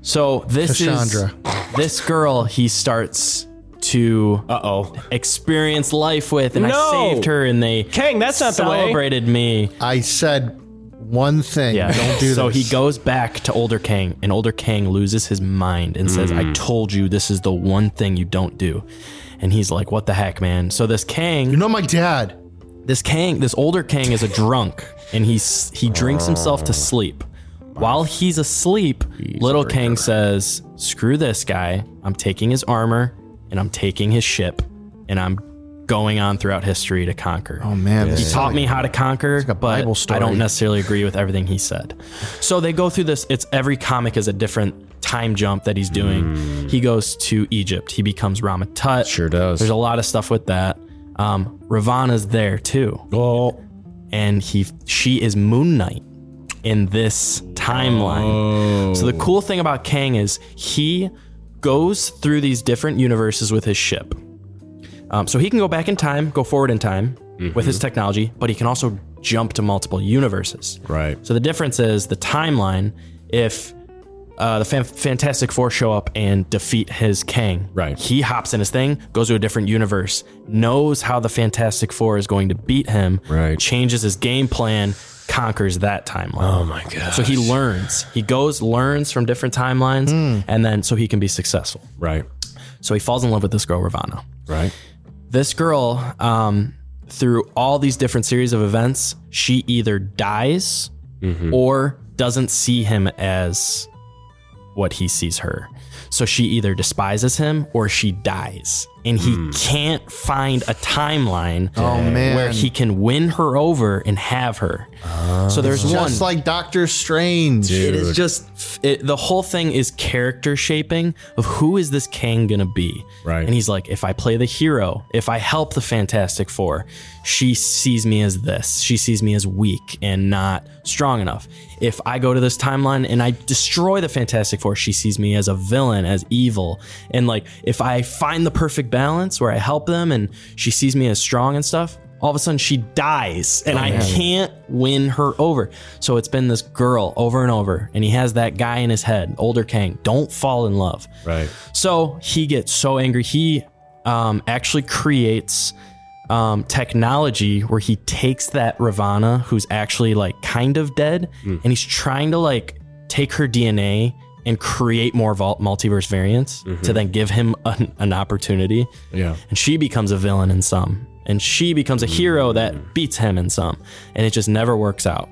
So this Cassandra. is this girl. He starts to Uh oh. experience life with, and No! I saved her, and they Kang, that's not the way. celebrated me. I said one thing. Yeah, Don't do so this. he goes back to older Kang, and older Kang loses his mind and says, "I told you this is the one thing you don't do." And he's like, "What the heck, man?" So this Kang, You know my dad. this Kang, this older Kang is a drunk, and he's he drinks himself to sleep. While he's asleep, little Kang says, "Screw this guy! I'm taking his armor, and I'm taking his ship, and I'm going on throughout history to conquer." Oh man, this He is taught me how to conquer, a but Bible story. I don't necessarily agree with everything he said. So they go through this. It's every comic is a different time jump that he's doing. Mm. He goes to Egypt. He becomes Rama Tut. Sure does. There's a lot of stuff with that. Um, Ravana's there too, Oh, and he she is Moon Knight in this timeline. So the cool thing about Kang is he goes through these different universes with his ship. Um, so he can go back in time, go forward in time with Mm-hmm. his technology, but he can also jump to multiple universes. right. So the difference is the timeline. If uh, the Fan- Fantastic Four show up and defeat his Kang, Right. He hops in his thing, goes to a different universe, knows how the Fantastic Four is going to beat him, Right. Changes his game plan, conquers that timeline. Oh my god. so he learns. He goes, learns from different timelines, Hmm. and then so he can be successful. right. So he falls in love with this girl, Ravana Right. this girl um, through all these different series of events she either dies or doesn't see him as what he sees her so she either despises him or she dies and he can't find a timeline Oh man, where he can win her over and have her so there's one just like Doctor Strange. it is just it, the whole thing is character shaping of who is this Kang gonna be. Right. And he's like, if I play the hero, if I help the Fantastic Four, she sees me as this. She sees me as weak and not strong enough. If I go to this timeline and I destroy the Fantastic Four, she sees me as a villain, as evil. And like, if I find the perfect balance where I help them and she sees me as strong and stuff. All of a sudden, she dies, and I can't win her over. So it's been this girl over and over, and he has that guy in his head, older Kang. Don't fall in love. Right. So he gets so angry. He um, actually creates um, technology where he takes that Ravana, who's actually like kind of dead, and he's trying to like take her DNA and create more vol- multiverse variants to then give him an, an opportunity. Yeah. And she becomes a villain in some, and she becomes a hero that beats him in some, and it just never works out.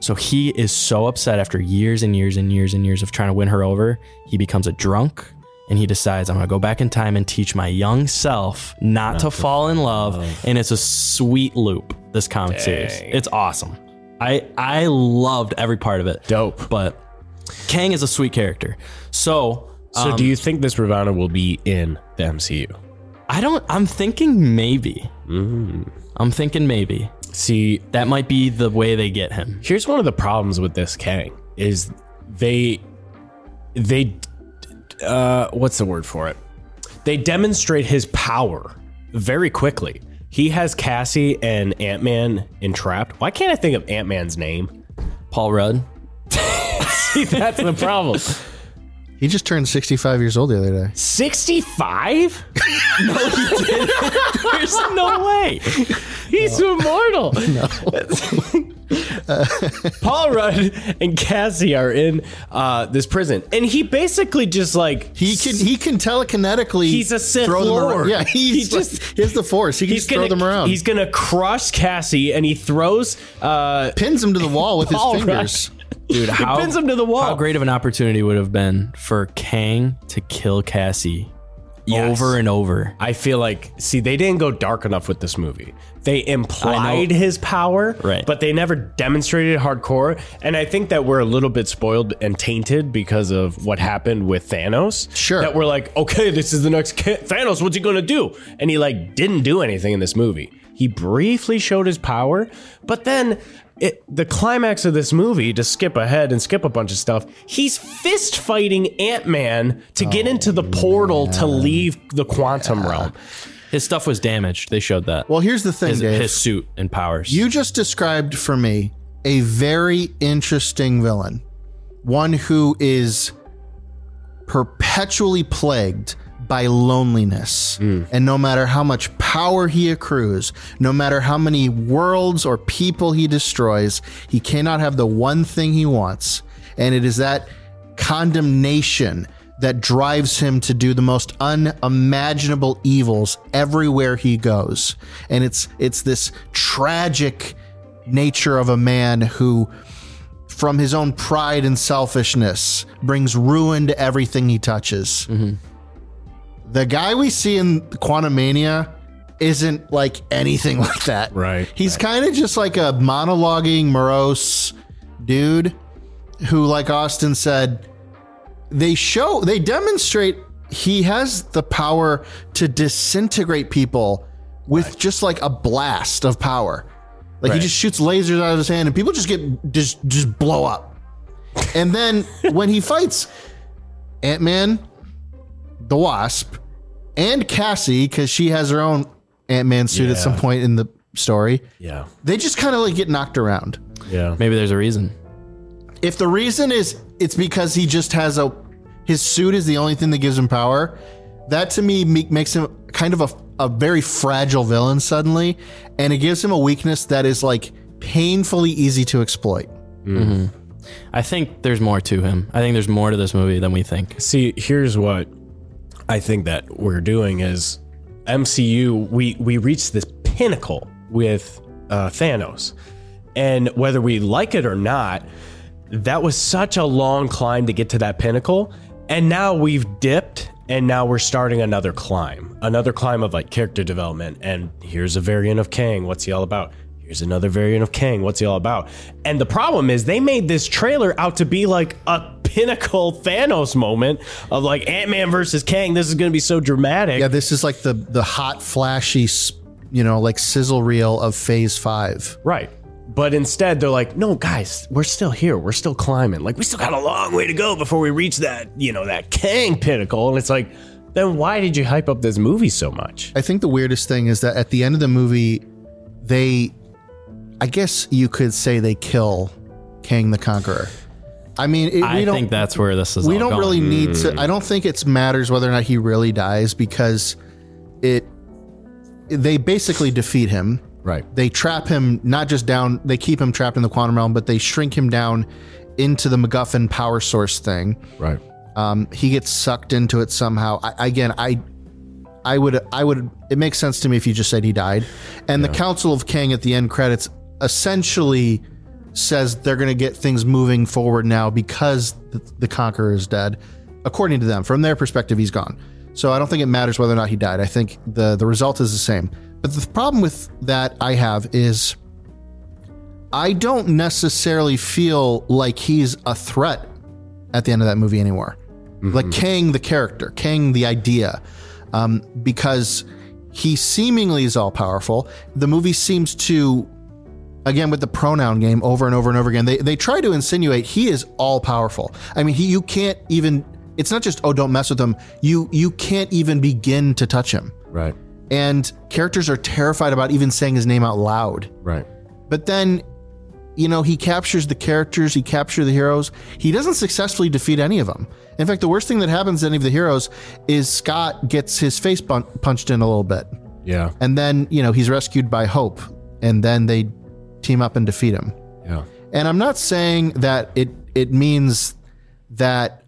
So he is so upset after years and years and years and years of trying to win her over. He becomes a drunk and he decides, I'm going to go back in time and teach my young self not, to, fall in love. And it's a sweet loop, this comic series. It's awesome. I, I loved every part of it. Dope. But Kang is a sweet character. So So Um, do you think this Ravana will be in the MCU? I don't, I'm thinking maybe. I'm thinking maybe. See, That might be the way they get him. here's one of the problems with this Kang is they they uh what's the word for it? They demonstrate his power very quickly. He has Cassie and Ant Man entrapped. Why can't I think of Ant Man's name? Paul Rudd. See, that's the problem. He just turned 65 years old the other day. 65? There's no way. He's immortal. Paul Rudd and Cassie are in uh, this prison, and he basically just like He can he can telekinetically. He's a Sith throw them around. Lord. Yeah, he's He like- just- he has the force. He can he's just gonna throw them around. he's He gonna crush Cassie, and he throws uh, pins him to the wall with his Paul fingers. Dude, how, pins him to the wall. how great of an opportunity would have been for Kang to kill Cassie Yes. over and over. I feel like, see, they didn't go dark enough with this movie. They implied his power, Right. but they never demonstrated it hardcore. And I think that we're a little bit spoiled and tainted because of what happened with Thanos. Sure. That we're like, okay, this is the next Ca- Thanos. What's he going to do? And he like didn't do anything in this movie. He briefly showed his power, but then it, the climax of this movie, to skip ahead and skip a bunch of stuff, he's fist fighting Ant Man to get into the portal to leave the quantum realm. His stuff was damaged. They showed that. Well, here's the thing, his, Dave. his suit and powers. You just described for me a very interesting villain, one who is perpetually plagued by loneliness. And no matter how much power he accrues, no matter how many worlds or people he destroys, he cannot have the one thing he wants. And it is that condemnation that drives him to do the most unimaginable evils everywhere he goes. And it's it's this tragic nature of a man who from his own pride and selfishness brings ruin to everything he touches. The guy we see in Quantum Mania isn't like anything like that. Right, He's kind of just like a monologuing, morose dude who, like Austin said, they show, they demonstrate he has the power to disintegrate people with just like a blast of power. Like he just shoots lasers out of his hand and people just get, just, just blow up. And then when he fights Ant Man, the Wasp, and Cassie, because she has her own Ant Man suit at Yeah. some point in the story, Yeah. they just kind of like get knocked around. Yeah. Maybe there's a reason. If the reason is it's because he just has a his suit is the only thing that gives him power, that to me me- makes him kind of a, a very fragile villain suddenly, and it gives him a weakness that is like painfully easy to exploit. I think there's more to him. I think there's more to this movie than we think. See, here's what I think that we're doing is MCU. We we reach this pinnacle with uh, Thanos, and whether we like it or not, that was such a long climb to get to that pinnacle, and now we've dipped. And now we're starting another climb, another climb of like character development. And here's a variant of Kang. What's he all about? Here's another variant of Kang. What's he all about? And the problem is, they made this trailer out to be like a pinnacle Thanos moment of like Ant Man versus Kang. This is going to be so dramatic. Yeah, this is like the the hot flashy, s- you know, like sizzle reel of Phase Five. Right. But instead, they're like, no, guys, we're still here. We're still climbing. Like, we still got a long way to go before we reach that, you know, that Kang pinnacle. And it's like, then why did you hype up this movie so much? I think the weirdest thing is that at the end of the movie, they, I guess you could say they kill Kang the Conqueror. I mean, it, I we don't. think that's where this is. we all don't going. really need to. I don't think it matters whether or not he really dies because it. They basically defeat him. Right. They trap him not just down. They keep him trapped in the quantum realm, but they shrink him down into the MacGuffin power source thing. Right. Um, he gets sucked into it somehow. I, again, I, I would, I would. It makes sense to me if you just said he died. And the Council of Kang at the end credits essentially says they're going to get things moving forward now because the, the Conqueror is dead. According to them, from their perspective, he's gone. So I don't think it matters whether or not he died. I think the the result is the same. But the problem with that I have is. I don't necessarily feel like he's a threat at the end of that movie anymore. Like Kang, the character, Kang, the idea, um, because he seemingly is all powerful. The movie seems to, again, with the pronoun game over and over and over again, they, they try to insinuate he is all powerful. I mean, he, you can't even, it's not just, oh, don't mess with him. You, you can't even begin to touch him. Right. And characters are terrified about even saying his name out loud. Right. But then, you know, he captures the characters, he captures the heroes. He doesn't successfully defeat any of them. In fact, the worst thing that happens to any of the heroes is Scott gets his face bun- punched in a little bit. Yeah. And then, you know, he's rescued by Hope. And then they team up and defeat him. Yeah. And I'm not saying that it it means that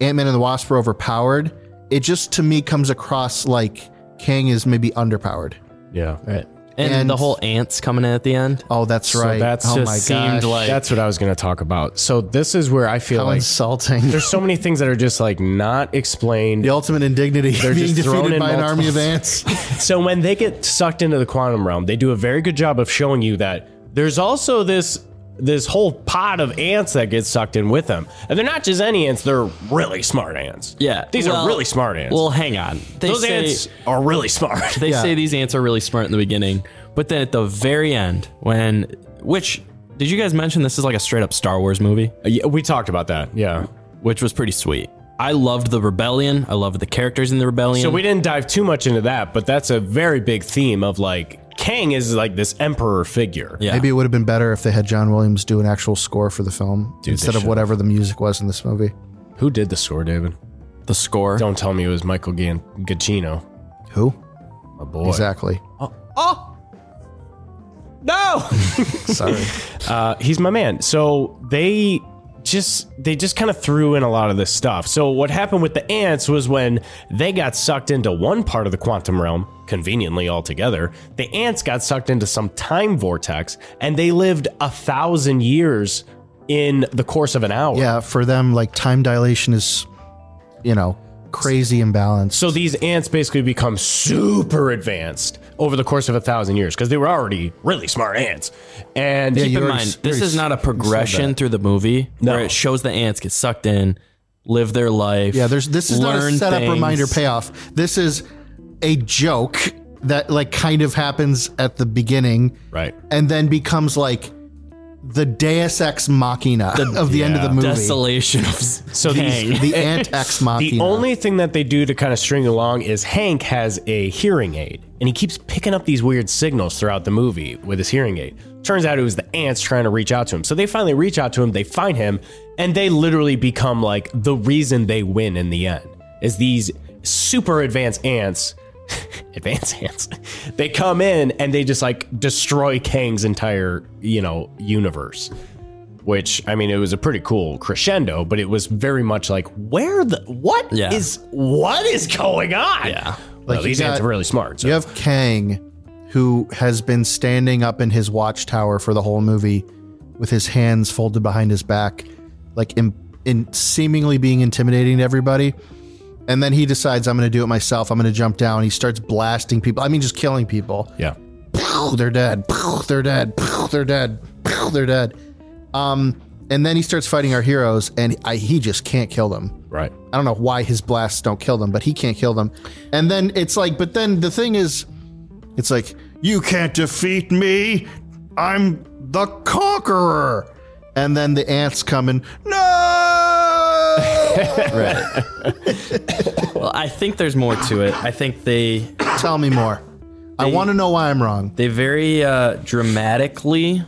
Ant Man and the Wasp are overpowered. It just to me comes across like Kang is maybe underpowered. Yeah. Right. And, And- the whole ants coming in at the end. Oh, that's right. that's oh just seemed like- That's what I was going to talk about. So this is where I feel how like insulting. there's so many things that are just like not explained. The ultimate indignity being just thrown defeated in by an multiple- army of ants. So when they get sucked into the quantum realm, they do a very good job of showing you that there's also this this whole pod of ants that gets sucked in with them. And they're not just any ants, they're really smart ants. Yeah. These well- are really smart ants. Well, hang on. They Those say, ants are really smart. Uh, They say these ants are really smart in the beginning, but then at the very end, when which did you guys mention this is like a straight up Star Wars movie, yeah, we talked about that. Yeah. which was pretty sweet. I loved the rebellion. I loved the characters in the rebellion. So we didn't dive too much into that, but that's a very big theme of like Kang is like this emperor figure. yeah. Maybe it would have been better if they had John Williams do an actual score for the film instead of should. whatever the music was in this movie. Who did the score, David? the score. Don't tell me it was Michael Gan- Giacchino, Who? my boy. Exactly. No, Sorry. uh, he's my man. So they just they just kind of threw in a lot of this stuff. So what happened with the ants was when they got sucked into one part of the quantum realm, conveniently altogether, the ants got sucked into some time vortex, and they lived a thousand years in the course of an hour. yeah, for them, like time dilation is, you know, crazy imbalance. So these ants basically become super advanced over the course of a thousand years because they were already really smart ants. And Yeah, Keep you in already mind, s- this already is not a s- you said progression that. through the movie No. where it shows the ants get sucked in, live their life. Yeah, there's this is not a learn setup things. reminder payoff. This is a joke that like kind of happens at the beginning right. and then becomes like the Deus Ex Machina of the end of yeah. the movie. Desolation of so these- The Ant Ex Machina. The only thing that they do to kind of string along is Hank has a hearing aid and he keeps picking up these weird signals throughout the movie with his hearing aid. Turns out it was the ants trying to reach out to him. So they finally reach out to him, they find him, and they literally become like the reason they win in the end is these super advanced ants. advanced ants. They come in and they just like destroy Kang's entire, you know, universe which I mean, it was a pretty cool crescendo, but it was very much like, where the what is Yeah. what is going on? Yeah. well, Like, these you ants got- are really smart. So. You have Kang, who has been standing up in his watchtower for the whole movie with his hands folded behind his back, like in, in seemingly being intimidating to everybody. And then he decides, I'm going to do it myself. I'm going to jump down. He starts blasting people. I mean, just killing people. yeah, Pow, they're dead. Pow, they're dead. Pow, they're dead. Pow, they're dead. Um, and then he starts fighting our heroes, and I, he just can't kill them. right. I don't know why his blasts don't kill them, but he can't kill them. And then it's like, but then the thing is, it's like, you can't defeat me. I'm the conqueror. And then the ants come and, no! right. well, I think there's more to it. I think they Tell me more. I want to know why I'm wrong. they very uh, dramatically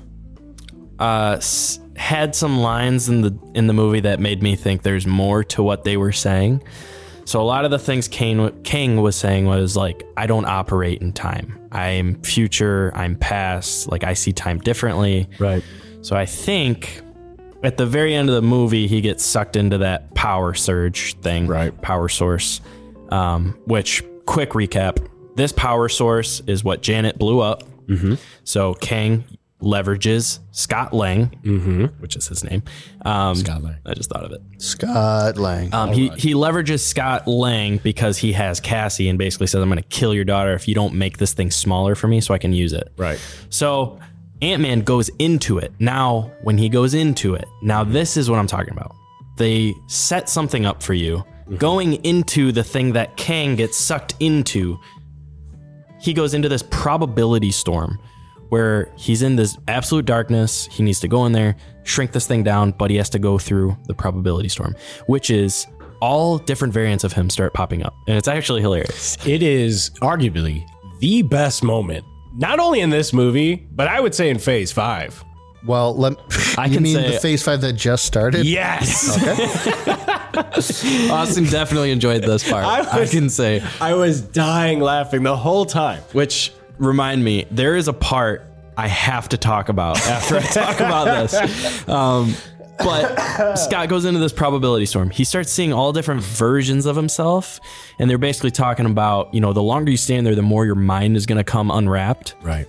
uh, s- had some lines in the in the movie that made me think there's more to what they were saying. So a lot of the things Kane w- King was saying was like, I don't operate in time. I'm future. I'm past. Like I see time differently. Right. So I think at the very end of the movie, he gets sucked into that power surge thing, Right. Power source. Um, which, quick recap: this power source is what Janet blew up. Mm-hmm. So Kang leverages Scott Lang, which is his name. Um, Scott Lang. I just thought of it. Scott Lang. Um, he, he leverages Scott Lang because he has Cassie and basically says, I'm going to kill your daughter if you don't make this thing smaller for me so I can use it. Right. So Ant Man goes into it. Now, when he goes into it, now this is what I'm talking about. They set something up for you. Going into the thing that Kang gets sucked into, he goes into this probability storm where he's in this absolute darkness. He needs to go in there, shrink this thing down, but he has to go through the probability storm, which is all different variants of him start popping up. And it's actually hilarious. It is arguably the best moment, not only in this movie, but I would say in Phase Five. well, let, I you can mean say- the Phase 5 that just started? Yes. Austin definitely enjoyed this part. I was- can say. I was dying laughing the whole time. Which remind me, there is a part I have to talk about after I talk about this. Um, but Scott goes into this probability storm. He starts seeing all different versions of himself, and they're basically talking about, you know, the longer you stand there, the more your mind is going to come unwrapped Right.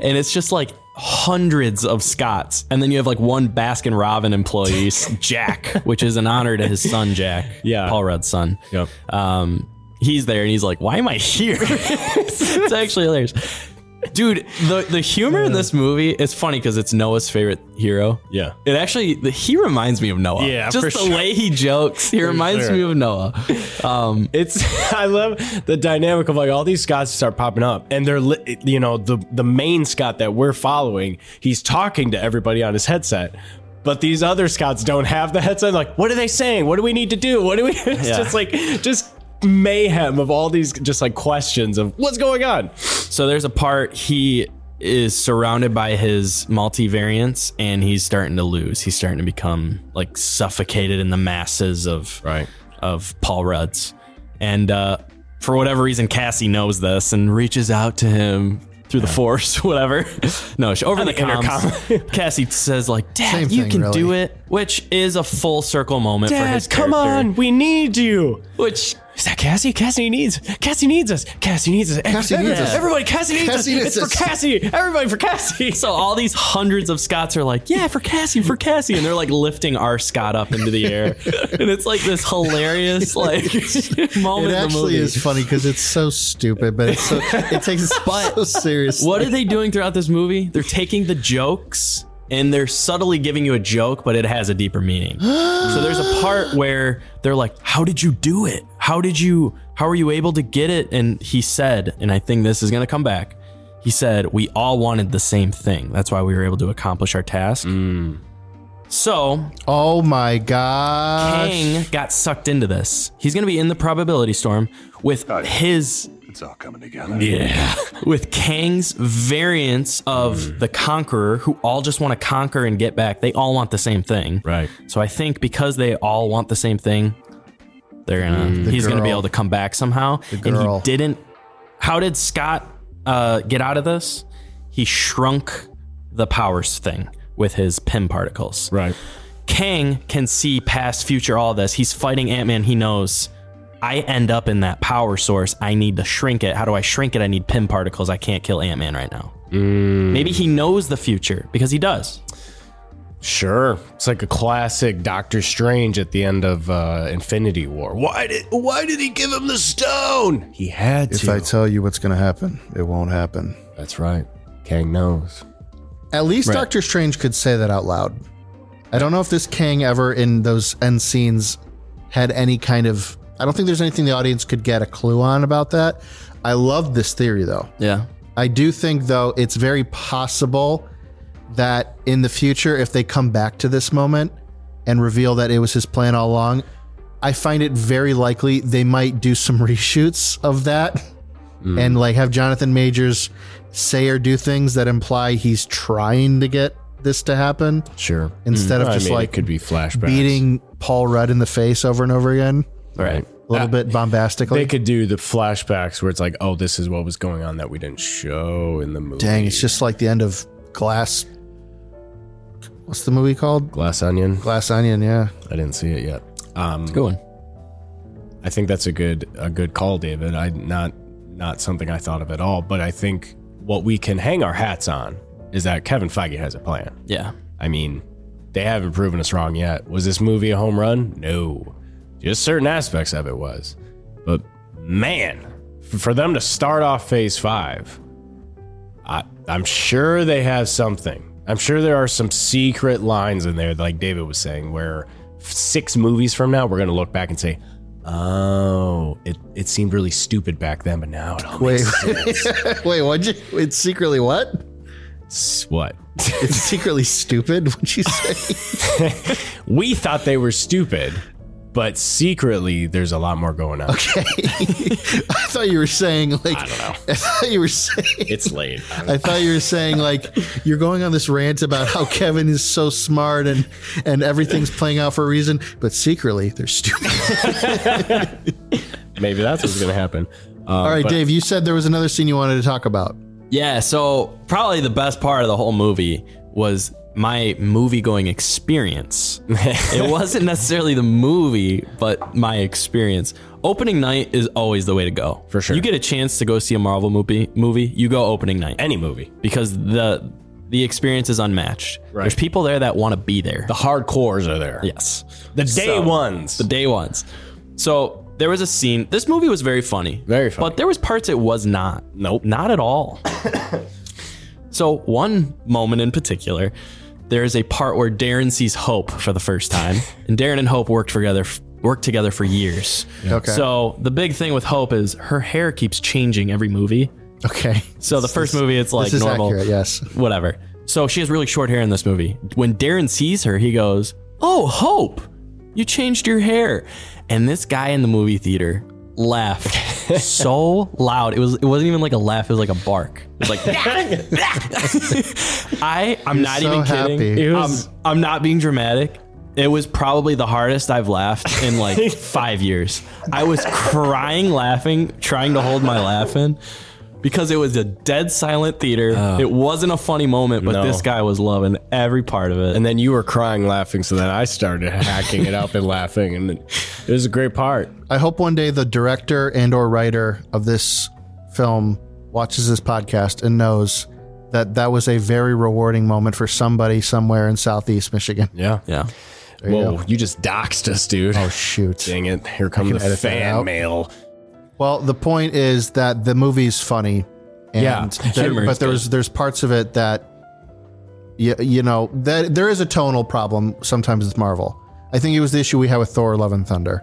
and it's just like hundreds of Scots, and then you have like one Baskin Robin employee, Jack, which is an honor to his son Jack, Yeah. Paul Rudd's son. Yep. Um, he's there, and he's like, "Why am I here?" it's actually hilarious, dude. the The humor in this movie is funny because it's Noah's favorite hero. Yeah. It actually, the, he reminds me of Noah. Yeah, just for the sure. way he jokes, he reminds sure. me of Noah. Um, It's I love the dynamic of like all these Scots start popping up, and they're li- you know the the main Scott that we're following. He's talking to everybody on his headset, but these other Scots don't have the headset. Like, what are they saying? What do we need to do? What do we? It's Yeah. just like just mayhem of all these just like questions of what's going on. So there's a part he is surrounded by his multivariants and he's starting to lose. He's starting to become like suffocated in the masses of Right. of of Paul Rudd's. And uh, for whatever reason, Cassie knows this and reaches out to him through the force, whatever. no, she, over the, the intercom. comms. Cassie says, like, Dad, Same you thing, can do really. it, which is a full circle moment for his Dad, come character, on, we need you. Which Is that Cassie? Cassie needs. Cassie needs us. Cassie needs us. Cassie needs us. Everybody, Cassie needs Cassie us. needs it's us. for Cassie. Everybody for Cassie. So all these hundreds of Scots are like, yeah, for Cassie, for Cassie, and they're like lifting our Scott up into the air, and it's like this hilarious like moment. It in the movie. actually is funny because it's so stupid, but it's so, it takes it so seriously. What are they doing throughout this movie? They're taking the jokes and they're subtly giving you a joke, but it has a deeper meaning. so there's a part where they're like, "How did you do it? How did you? How were you able to get it?" And he said, and I think this is gonna come back. He said, "We all wanted the same thing. That's why we were able to accomplish our task." So Oh my gosh. Kang got sucked into this. He's going to be in the probability storm with his. It's all coming together. Yeah. With Kang's variants of Hmm. the Conqueror, who all just want to conquer and get back. They all want the same thing. Right. So I think because they all want the same thing, they're gonna Hmm. The he's gonna be girl. able to come back somehow. And girl. he didn't. How did Scott uh, get out of this? He shrunk the powers thing with his pim particles. Right. Kang can see past, future, all this. He's fighting Ant Man. He knows I end up in that power source. I need to shrink it. How do I shrink it? I need pin particles. I can't kill Ant Man right now. Maybe he knows the future because he does. Sure. It's like a classic Doctor Strange at the end of uh, Infinity War. Why did Why did he give him the stone? He had If I tell you what's going to happen, it won't happen. That's right. Kang knows. At least Doctor Strange could say that out loud. I don't know if this Kang ever in those end scenes had any kind of. I don't think there's anything the audience could get a clue on about that. I love this theory though. Yeah. I do think though it's very possible that in the future, if they come back to this moment and reveal that it was his plan all along, I find it very likely they might do some reshoots of that Hmm. and like have Jonathan Majors say or do things that imply he's trying to get this to happen Sure. instead of Hmm. I just mean, like it could be flashbacks. beating Paul Rudd in the face over and over again, Right. a little bit bombastically. Uh, They could do the flashbacks where it's like, oh, this is what was going on that we didn't show in the movie. Dang, it's just like the end of Glass. What's the movie called? Glass Onion. Glass Onion, yeah. I didn't see it yet. Um, Good one. I think that's a good a good call, David. I not not something I thought of at all, but I think what we can hang our hats on is that Kevin Feige has a plan. Yeah. I mean, they haven't proven us wrong yet. Was this movie a home run? No. Just certain aspects of it was. But man, f- for them to start off phase five, I, I'm sure they have something. I'm sure there are some secret lines in there, like David was saying, where f- six movies from now, we're going to look back and say, oh, it, it seemed really stupid back then, but now it all Wait, makes wait, what'd you? It's secretly what? sense. What? It's secretly stupid. What'd you say? we thought they were stupid, but secretly there's a lot more going on. I thought you were saying like. I don't know. I thought you were saying. It's late. I thought you were saying like you're going on this rant about how Kevin is so smart and and everything's playing out for a reason, but secretly they're stupid. Maybe that's what's going to happen. Um, All right, but Dave, you said there was another scene you wanted to talk about. Yeah, so probably the best part of the whole movie was my movie going experience. it wasn't necessarily the movie, but my experience. Opening night is always the way to go. For sure. You get a chance to go see a Marvel movie, movie you go opening night Any movie, because the the experience is unmatched. There's people there that want to be there. the hardcores are there. yes. The day So- ones. The day ones. So there was a scene. This movie was very funny. Very funny. But there was parts it was not. Nope. Not at all. so one moment in particular, there is a part where Darren sees Hope for the first time, and Darren and Hope worked together. Worked together for years. Okay. So the big thing with Hope is her hair keeps changing every movie. Okay, So the first movie, it's like this is normal accurate. Yes. whatever. So she has really short hair in this movie. When Darren sees her, he goes, "Oh, Hope, you changed your hair." And this guy in the movie theater laughed so loud. It was it wasn't even like a laugh, it was like a bark. It was like I I'm not so even kidding. happy. It was- I'm, I'm not being dramatic. It was probably the hardest I've laughed in like five years. I was crying, laughing, trying to hold my laugh in because it was a dead silent theater. It wasn't a funny moment, but No. this guy was loving every part of it. And then you were crying laughing, so then I started hacking it up and laughing, and it was a great part. I hope one day the director and or writer of this film watches this podcast and knows that that was a very rewarding moment for somebody somewhere in Southeast Michigan. Yeah. yeah. Whoa, you, just doxed us, dude. Oh shoot. Dang it. Here comes the edit that fan out. mail. Well, the point is that the movie's funny. And Yeah, there- humor is but there's there's parts of it that you, you know, that there is a tonal problem sometimes with Marvel. I think it was the issue we had with Thor Love and Thunder.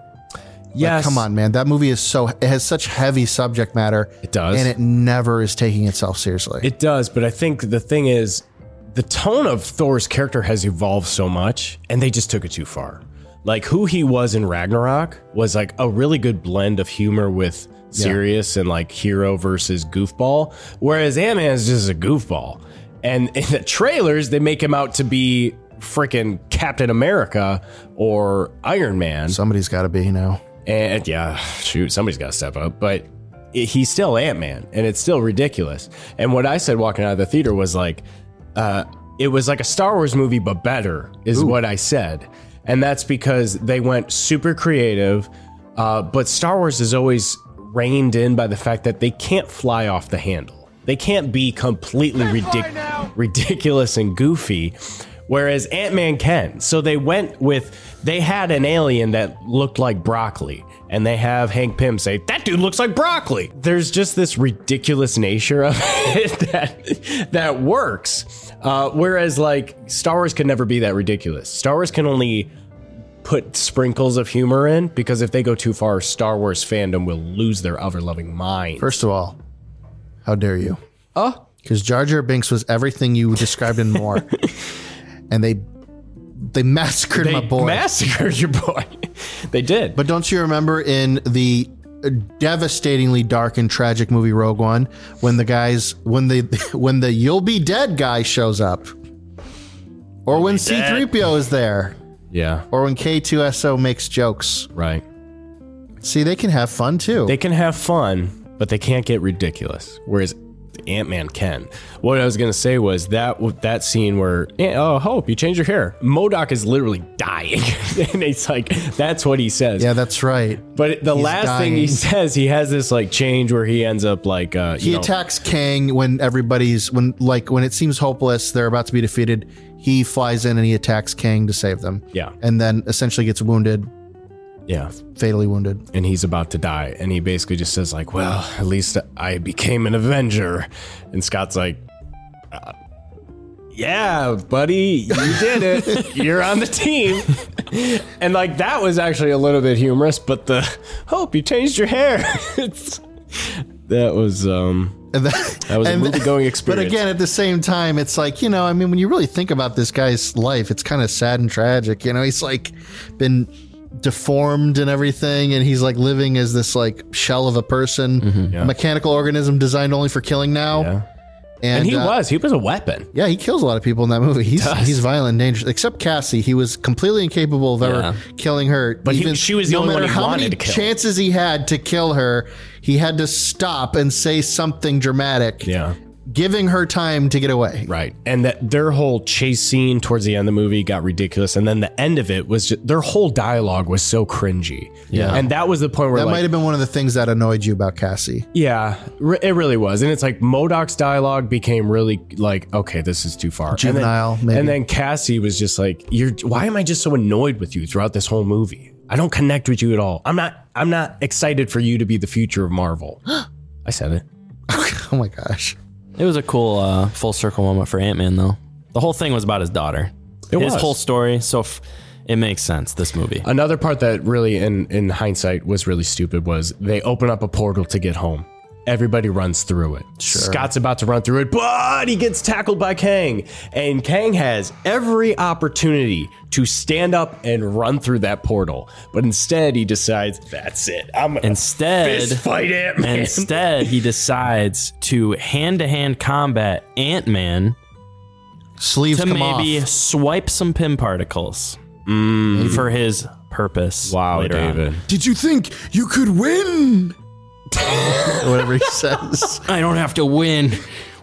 Yes. Come on, man. That movie is so it has such heavy subject matter. It does. And it never is taking itself seriously. It does, but I think the thing is, the tone of Thor's character has evolved so much, and they just took it too far. Like who he was in Ragnarok was like a really good blend of humor with serious and like hero versus goofball. Whereas Ant Man is just a goofball, and in the trailers they make him out to be freaking Captain America or Iron Man. Somebody's got to be, you know. And yeah, shoot, somebody's got to step up. But it, he's still Ant Man, and it's still ridiculous. And what I said walking out of the theater was like, uh, it was like a Star Wars movie, but better, is what I said. And that's because they went super creative. Uh, but Star Wars is always reined in by the fact that they can't fly off the handle. They can't be completely ridic- ridiculous and goofy, whereas Ant Man can. So they went with, they had an alien that looked like broccoli, and they have Hank Pym say, That dude looks like broccoli. There's just this ridiculous nature of it that, that works. Uh, whereas, like, Star Wars could never be that ridiculous. Star Wars can only put sprinkles of humor in because if they go too far, Star Wars fandom will lose their ever loving mind. First of all, how dare you? Oh. Because Jar Jar Binks was everything you described and more. and they they massacred they my boy. massacred your boy. they did. but don't you remember in the devastatingly dark and tragic movie Rogue One when the guys when the when the you'll be dead guy shows up? Or when C3PO is there, yeah, or when K2SO makes jokes. right. See, they can have fun too. They can have fun, but they can't get ridiculous. Whereas Ant Man can. What I was gonna say was that that scene where "Eh, oh Hope you change your hair. Modoc is literally dying, and it's like that's what he says. yeah, that's right. But the last thing he dying. says, he has this like change where he ends up like uh, He you know, attacks Kang when everybody's when like when it seems hopeless, they're about to be defeated. He flies in and he attacks Kang to save them. Yeah. and then essentially gets wounded, yeah. fatally wounded. and he's about to die and he basically just says like well at least i became an avenger and scott's like uh, yeah buddy you did it you're on the team and like that was actually a little bit humorous but the hope you changed your hair It's- that was um And that, that was a movie going experience But again, at the same time, it's like you know, I mean, when you really think about this guy's life, it's kind of sad and tragic. You know, he's like been deformed and everything, and he's like living as this like shell of a person, a mechanical organism designed only for killing now. Mm-hmm. Yeah. And, and he uh, was he was a weapon Yeah, he kills a lot of people in that movie. He's he's violent and dangerous. Except Cassie, he was completely incapable of Yeah. ever killing her. But he- she was the only one he how wanted many to kill. chances he had to kill her, he had to stop and say something dramatic, yeah giving her time to get away. Right. And that their whole chase scene towards the end of the movie got ridiculous. And then the end of it was just, their whole dialogue was so cringy. Yeah. And that was the point where, That like, might have been one of the things that annoyed you about Cassie. yeah, re- it really was. And it's like Modoc's dialogue became really like, okay, this is too far. Juvenile, and then, maybe. And then Cassie was just like, you're, why am I just so annoyed with you throughout this whole movie? I don't connect with you at all. I'm not, I'm not excited for you to be the future of Marvel. I said it. Oh my gosh. It was a cool uh, full circle moment for Ant Man, though. The whole thing was about his daughter. It his was. whole story. So f- it makes sense. This movie. Another part that really, in in hindsight, was really stupid was they open up a portal to get home. Everybody runs through it. Scott's about to run through it, but he gets tackled by Kang. And Kang has every opportunity to stand up and run through that portal. But instead, he decides, that's it. I'm going to Instead, fight Ant Man. instead he decides to hand to hand combat Ant Man Sleeves to come maybe off. swipe some pin particles. for his purpose. Mm. Wow, later on. David. Did you think you could win? or whatever he says. I don't have to win.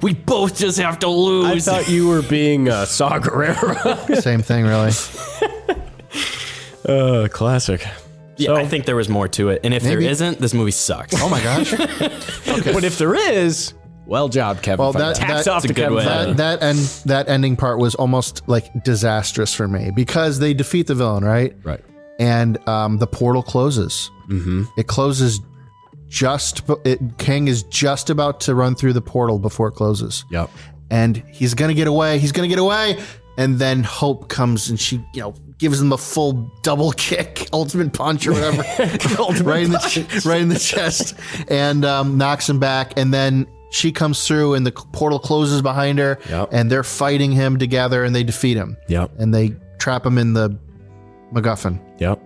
We both just have to I lose. thought you were being uh, Saw Gerrera. Same thing, really. uh, classic. yeah, I think there was more to it. And if Maybe. there isn't, this movie sucks. Oh my gosh. But if there is, well job, Kevin. Well, Feige. that- Hats that- off That's a to good Kevin way. Feige. that that and that ending part was almost like disastrous for me because they defeat the villain, right? Right. And um, the portal closes. Mm-hmm. It closes just. It, Kang is just about to run through the portal before it closes, Yep. and he's gonna get away. He's gonna get away, and then Hope comes and she, you know, gives him a full double kick, ultimate punch or whatever, right in the ch- right in the chest, and um, knocks him back, and then. She comes through and the portal closes behind her, Yep. and they're fighting him together, and they defeat him, Yep. and they trap him in the MacGuffin. Yep.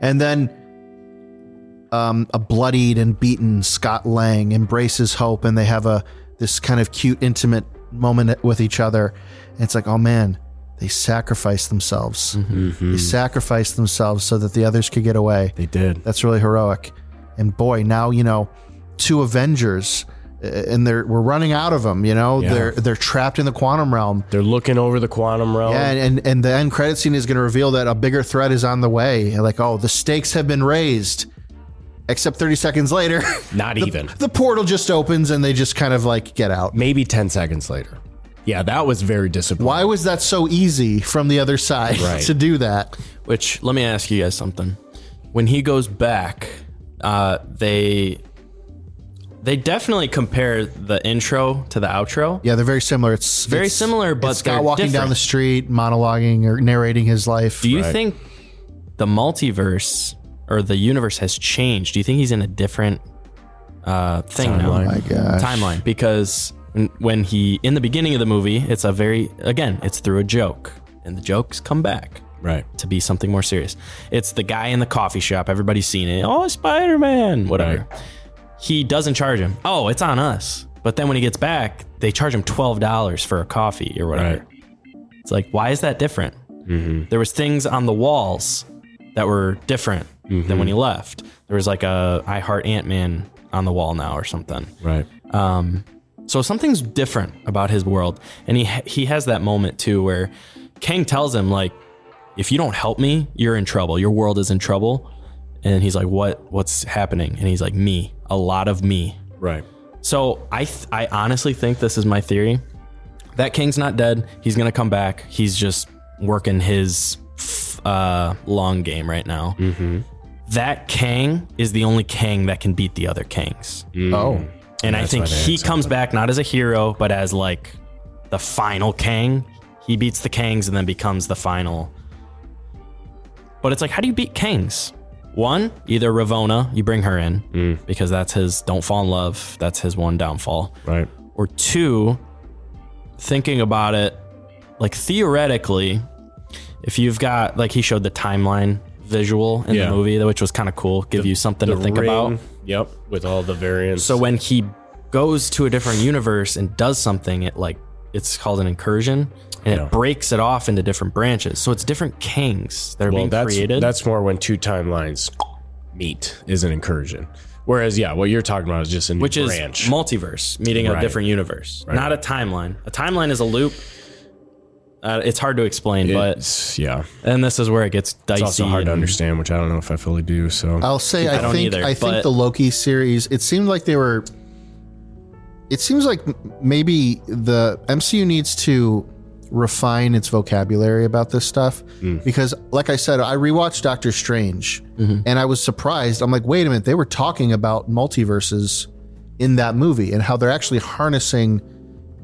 And then um, a bloodied and beaten Scott Lang embraces Hope, and they have a this kind of cute, intimate moment with each other. And it's like, oh man, they sacrificed themselves. They sacrificed themselves so that the others could get away. They did. That's really heroic. And boy, now you know, two Avengers, uh, and they're we're running out of them. You know, they're they're trapped in the quantum realm. They're looking over the quantum realm. Yeah, and, and, and the end credit scene is going to reveal that a bigger threat is on the way. And Like, oh, the stakes have been raised. Except 30 seconds later, Not even. the portal just opens and they just kind of like get out. Maybe 10 seconds later. Yeah, that was very disappointing. Why was that so easy from the other side Right. to do that? Which let me ask you guys something. When he goes back, uh, they they definitely compare the intro to the outro. Yeah, they're very similar. It's Very it's- similar, but it's Scott they're walking down different. the street, monologuing or narrating his life. Do you think the multiverse or the universe has changed? Do you think he's in a different uh, thing now? Timeline. Timeline. Because when- when he, in the beginning of the movie, it's a very, again, it's through a joke, and the jokes come back Right. to be something more serious. It's the guy in the coffee shop. Everybody's seen it. Oh, Spider Man, whatever. He doesn't charge him. Oh, it's on us. But then when he gets back, they charge him twelve dollars for a coffee or whatever. It's like, why is that different? There was things on the walls that were different than when he left. There was like a I Heart Ant Man on the wall now or something. Right. Um, so something's different about his world, and he he has that moment too where Kang tells him like, "If you don't help me, you're in trouble. Your world is in trouble." And he's like, "What? What's happening?" And he's like, "Me, a lot of me." Right. So I th- I honestly think this is my theory that Kang's not dead. He's gonna come back. He's just working his f- uh, long game right now. Mm-hmm. That Kang is the only Kang that can beat the other Kangs. Oh, And I think he comes back not as a hero, but as like the final Kang. He beats the Kangs and then becomes the final. But it's like, how do you beat Kangs? One, either Ravona, you bring her in because that's his don't fall in love. That's his one downfall. Right. Or two, thinking about it, like theoretically, if you've got like he showed the timeline visual in Yeah. the movie, which was kind of cool, give you something to think about. Yep. With all the variants. So when he goes to a different universe and does something, it like it's called an incursion, and Yeah. it breaks it off into different branches. So it's different kings that are well, being that's created. that's more when two timelines meet is an incursion. Whereas, yeah, what you're talking about is just a new which is branch. multiverse, meeting Right. a different universe, not a timeline. A timeline is a loop. Uh, it's hard to explain, but It's- yeah, and this is where it gets dicey. it's also hard to and- understand, which I don't know if I fully do. So Uh, I'll say I, don't think either, I but- think the Loki series. It seemed like they were. It seems like m- maybe the MCU needs to refine its vocabulary about this stuff because, like I said, I rewatched Doctor Strange Mm-hmm. and I was surprised. I'm like, wait a minute, they were talking about multiverses in that movie and how they're actually harnessing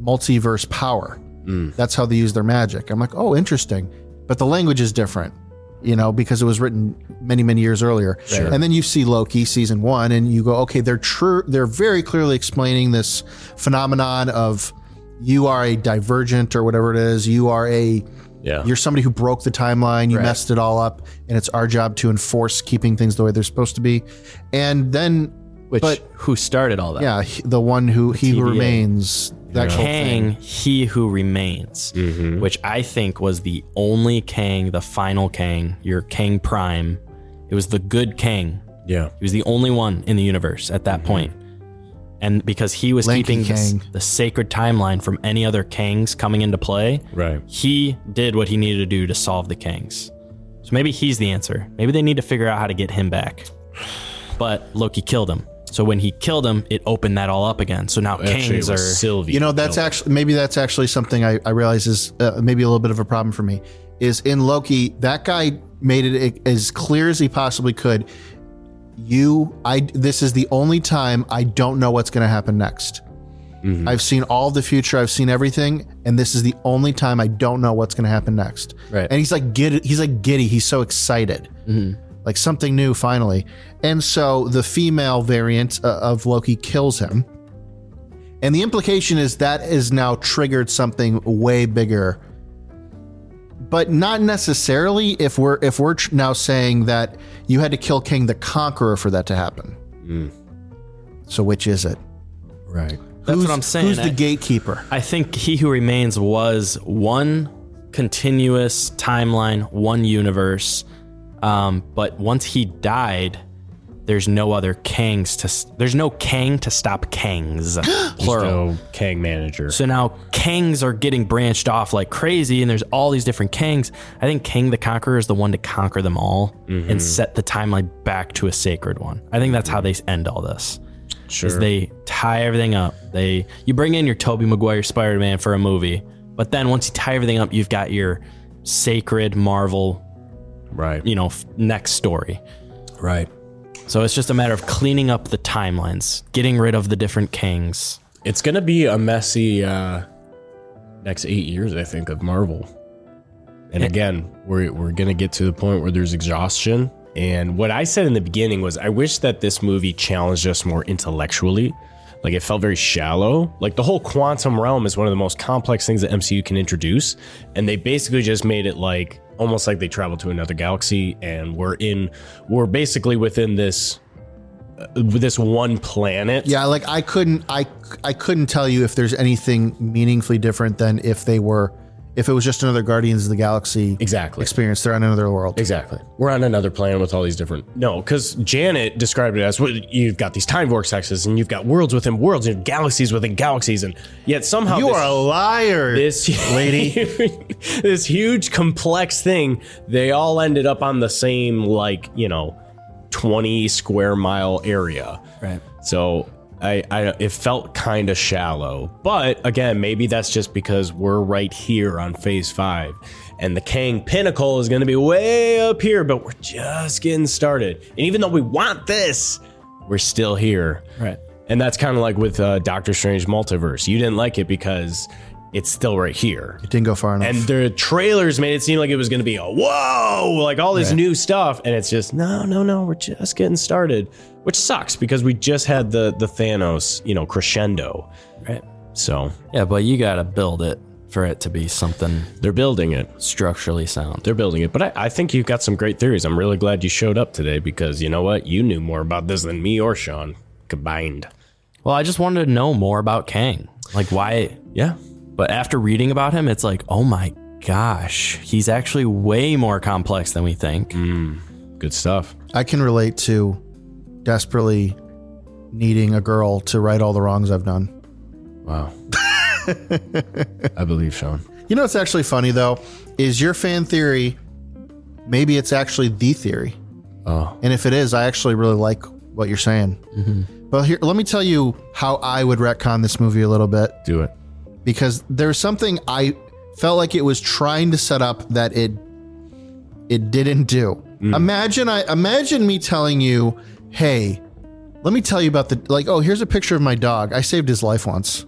multiverse power. That's how they use their magic. I'm like, oh, interesting. But the language is different, you know, because it was written many, many years earlier. And then you see Loki season one, and you go, okay, they're true. They're very clearly explaining this phenomenon of you are a divergent or whatever it is. You are a yeah, you're somebody who broke the timeline, you messed it all up, and it's our job to enforce keeping things the way they're supposed to be. And then Which who started all that? yeah, he- the one who he who TVA. remains, The actual Kang, He Who Remains, which I think was the only Kang, the final Kang, your Kang Prime. It was the good Kang. Yeah. He was the only one in the universe at that point. And because he was Lanky keeping this- Kang. the sacred timeline from any other Kangs coming into play, Right. he did what he needed to do to solve the Kangs. So maybe he's the answer. Maybe they need to figure out how to get him back. But Loki killed him. So when he killed him, it opened that all up again. So now Actually, it Kangs are was Sylvie. You know, that's actually maybe that's actually something I, I realize is uh, maybe a little bit of a problem for me. Is in Loki that guy made it e-, as clear as he possibly could. You, I. This is the only time I don't know what's going to happen next. I've seen all the future. I've seen everything, and this is the only time I don't know what's going to happen next. Right. And he's like giddy. He's like giddy. He's so excited, like something new finally. And so the female variant uh, of Loki kills him, and the implication is that is now triggered something way bigger. But not necessarily if we're if we're tr- now saying that you had to kill King the Conqueror for that to happen. Hmm. So which is it? right. That's Who's- what I'm saying. Who's I- the gatekeeper? I think He Who Remains was one continuous timeline, one universe. Um, but once he died, there's no other Kangs to. s- There's no Kang to stop Kangs, plural. So Kang manager. So now Kangs are getting branched off like crazy, and there's all these different Kangs. I think Kang the Conqueror is the one to conquer them all and set the timeline back to a sacred one. I think that's how they end all this sure. is they tie everything up. They you bring in your Toby Maguire Spider Man for a movie, but then once you tie everything up, you've got your sacred Marvel, right. you know, f- next story. Right. So it's just a matter of cleaning up the timelines, getting rid of the different kings. It's gonna be a messy uh, next eight years, I think, of Marvel. And again, we're we're gonna get to the point where there's exhaustion. And what I said in the beginning was, I wish that this movie challenged us more intellectually. Like it felt very shallow. Like the whole quantum realm is one of the most complex things that MCU can introduce, and they basically just made it like almost like they traveled to another galaxy, and we're in, we're basically within this, uh, this one planet. Yeah, like I couldn't I I couldn't tell you if there's anything meaningfully different than if they were if it was just another Guardians of the Galaxy exactly. experience. They're on another world. Exactly. We're on another planet with all these different. No, because Janet described it as well, you've got these time vortexes and you've got worlds within worlds and galaxies within galaxies, and yet somehow You this, are a liar. this lady, this huge complex thing. They all ended up on the same like you know, twenty square mile area. Right. So I, I it felt kind of shallow, but again, maybe that's just because we're right here on Phase Five, and the Kang Pinnacle is going to be way up here, but we're just getting started. And even though we want this, we're still here. Right. And that's kind of like with uh, Doctor Strange Multiverse. You didn't like it because it's still right here. It didn't go far enough. And the trailers made it seem like it was going to be a whoa, like all this new stuff, and it's just no, no, no. We're just getting started, which sucks because we just had the the Thanos, you know, crescendo. Right. So Yeah, but you gotta build it for it to be something they're building it. structurally sound. They're building it. But I, I think you've got some great theories. I'm really glad you showed up today because you know what, you knew more about this than me or Sean combined. Well, I just wanted to know more about Kang. Like why Yeah. But after reading about him, it's like, oh my gosh, he's actually way more complex than we think. Good stuff. I can relate to desperately needing a girl to right all the wrongs I've done. Wow. I believe Sean. You know what's actually funny though is your fan theory. Maybe it's actually the theory. Oh. And if it is, I actually really like what you're saying. Well, here, let me tell you how I would retcon this movie a little bit Do it. because there's something I felt like it was trying to set up that it it didn't do. Mm. Imagine I imagine me telling you, "Hey, let me tell you about the like. Oh, here's a picture of my dog. I saved his life once."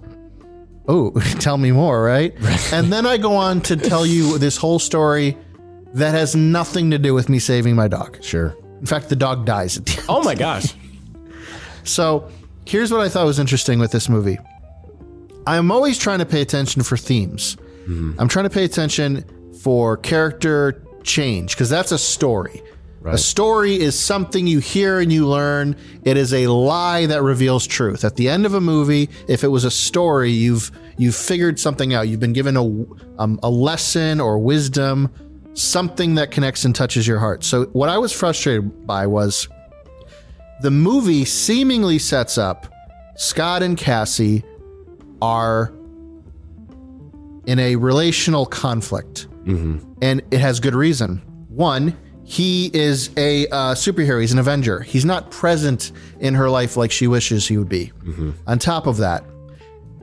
Oh, tell me more, right? and then I go on to tell you this whole story that has nothing to do with me saving my dog. Sure. In fact, the dog dies at the end. Oh my gosh. So here's what I thought was interesting with this movie. I'm always trying to pay attention for themes. I'm trying to pay attention for character change because that's a story. A story is something you hear and you learn. It is a lie that reveals truth. At the end of a movie, if it was a story, you've you've figured something out. You've been given a um, a lesson or wisdom, something that connects and touches your heart. So what I was frustrated by was the movie seemingly sets up Scott and Cassie are in a relational conflict, and it has good reason. One, he is a uh, superhero; he's an Avenger. He's not present in her life like she wishes he would be. On top of that,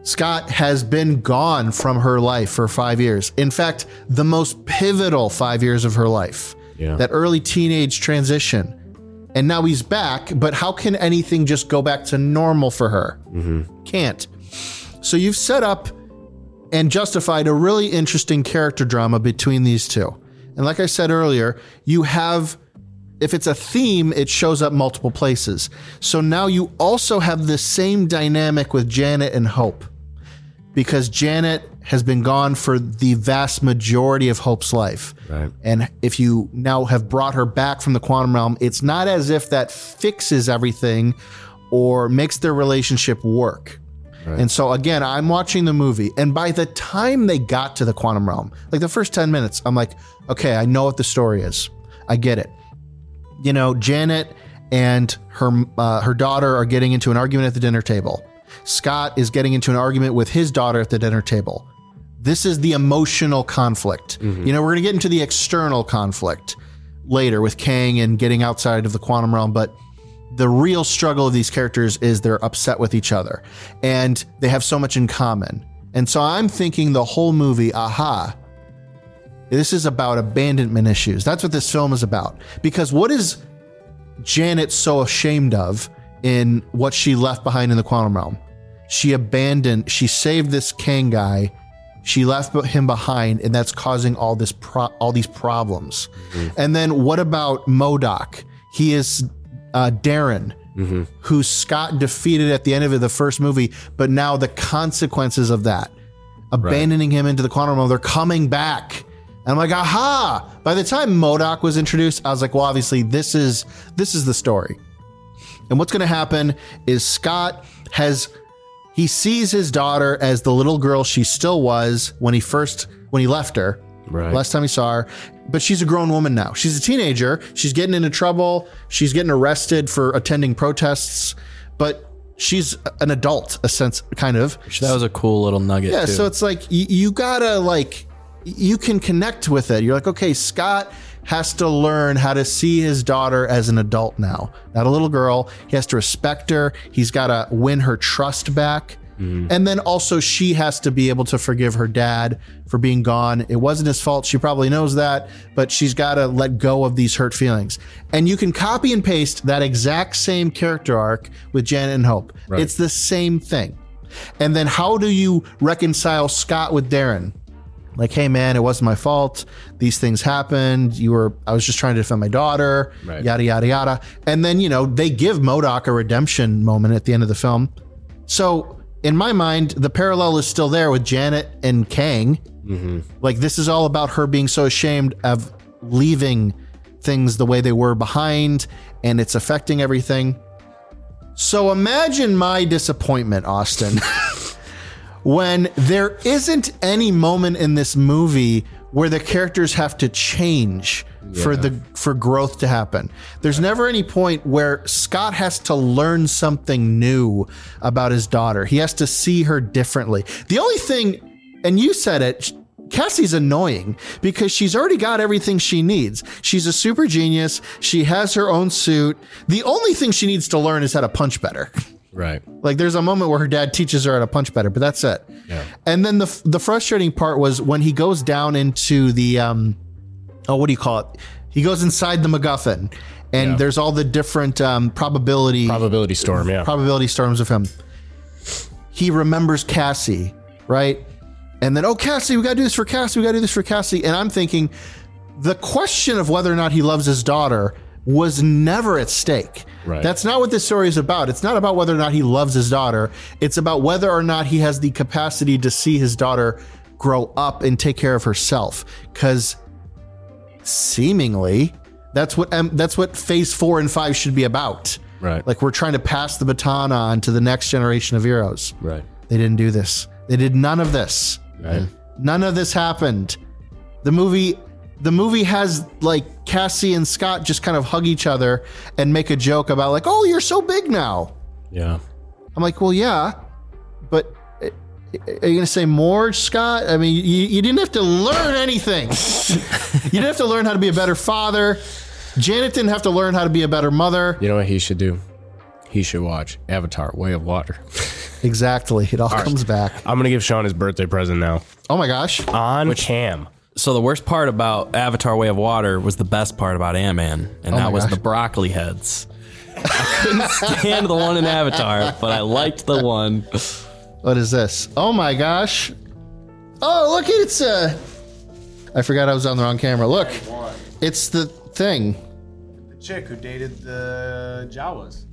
Scott has been gone from her life for five years. In fact, the most pivotal five years of her life. Yeah. That early teenage transition. And now he's back, but how can anything just go back to normal for her? Can't. So you've set up and justified a really interesting character drama between these two. And like I said earlier, you have if it's a theme, it shows up multiple places. So now you also have the same dynamic with Janet and Hope. Because Janet has been gone for the vast majority of Hope's life. Right. And if you now have brought her back from the quantum realm, it's not as if that fixes everything or makes their relationship work. And so again, I'm watching the movie, and by the time they got to the quantum realm, like the first 10 minutes, I'm like, okay, I know what the story is. I get it. You know, Janet and her uh, her daughter are getting into an argument at the dinner table. Scott is getting into an argument with his daughter at the dinner table. This is the emotional conflict. You know, we're going to get into the external conflict later with Kang and getting outside of the quantum realm, but the real struggle of these characters is they're upset with each other and they have so much in common. And so I'm thinking the whole movie, aha, this is about abandonment issues. That's what this film is about. Because what is Janet so ashamed of in what she left behind in the quantum realm? She abandoned, she saved this Kang guy. She left him behind, and that's causing all this pro- all these problems. And then what about Modoc? He is uh, Darren, who Scott defeated at the end of the first movie, but now the consequences of that, abandoning him into the quantum realm, they're coming back. And I'm like, aha! By the time Modoc was introduced, I was like, well, obviously this is this is the story. And what's going to happen is Scott has he sees his daughter as the little girl she still was when he first when he left her. Right. Last time he saw her, but she's a grown woman now. She's a teenager. She's getting into trouble. She's getting arrested for attending protests, but she's an adult, a sense kind of. That was a cool little nugget. Yeah, too. so it's like you, you gotta like you can connect with it. You're like, okay, Scott has to learn how to see his daughter as an adult now, not a little girl. He has to respect her. He's gotta win her trust back. And then also she has to be able to forgive her dad for being gone. It wasn't his fault. She probably knows that, but she's got to let go of these hurt feelings. And you can copy and paste that exact same character arc with Janet and Hope. It's the same thing. And then how do you reconcile Scott with Darren? Like, hey man, it wasn't my fault. These things happened. You were I was just trying to defend my daughter. Right. Yada yada yada. And then, you know, they give Modoc a redemption moment at the end of the film. So in my mind, the parallel is still there with Janet and Kang. Like this is all about her being so ashamed of leaving things the way they were behind, and it's affecting everything. So imagine my disappointment, Austin, when there isn't any moment in this movie where the characters have to change for the for growth to happen. There's never any point where Scott has to learn something new about his daughter. He has to see her differently. The only thing and you said it. Cassie's annoying because she's already got everything she needs. She's a super genius. She has her own suit. The only thing she needs to learn is how to punch better. Right. Like there's a moment where her dad teaches her how to punch better, but that's it. Yeah. And then the the frustrating part was when he goes down into the um oh what do you call it? He goes inside the MacGuffin, and there's all the different um, probability Probability storm. Yeah. probability storms of him. He remembers Cassie, right? And then, oh, Cassie, we got to do this for Cassie. We got to do this for Cassie. And I'm thinking the question of whether or not he loves his daughter was never at stake. Right. That's not what this story is about. It's not about whether or not he loves his daughter. It's about whether or not he has the capacity to see his daughter grow up and take care of herself. Because seemingly That's what um, that's what phase four and five should be about. Right. Like we're trying to pass the baton on to the next generation of heroes. Right. They didn't do this. They did none of this. Right. None of this happened. The movie the movie has like Cassie and Scott just kind of hug each other and make a joke about like, "Oh, you're so big now." Yeah. I'm like, "Well, yeah, but uh, are you going to say more, Scott? I mean, you, you didn't have to learn anything. you didn't have to learn how to be a better father. Janet didn't have to learn how to be a better mother. You know what he should do? He should watch Avatar: Way of Water. Exactly. It all comes back. I'm gonna give Sean his birthday present now Oh my gosh. on cam. So the worst part about Avatar: Way of Water was the best part about Ant Man, Oh and that was gosh. the broccoli heads. I couldn't stand the one in Avatar, but I liked the one. What is this? Oh my gosh. Oh, look, it's uh I forgot I was on the wrong camera. Look. It's the thing. The chick who dated the Jawas.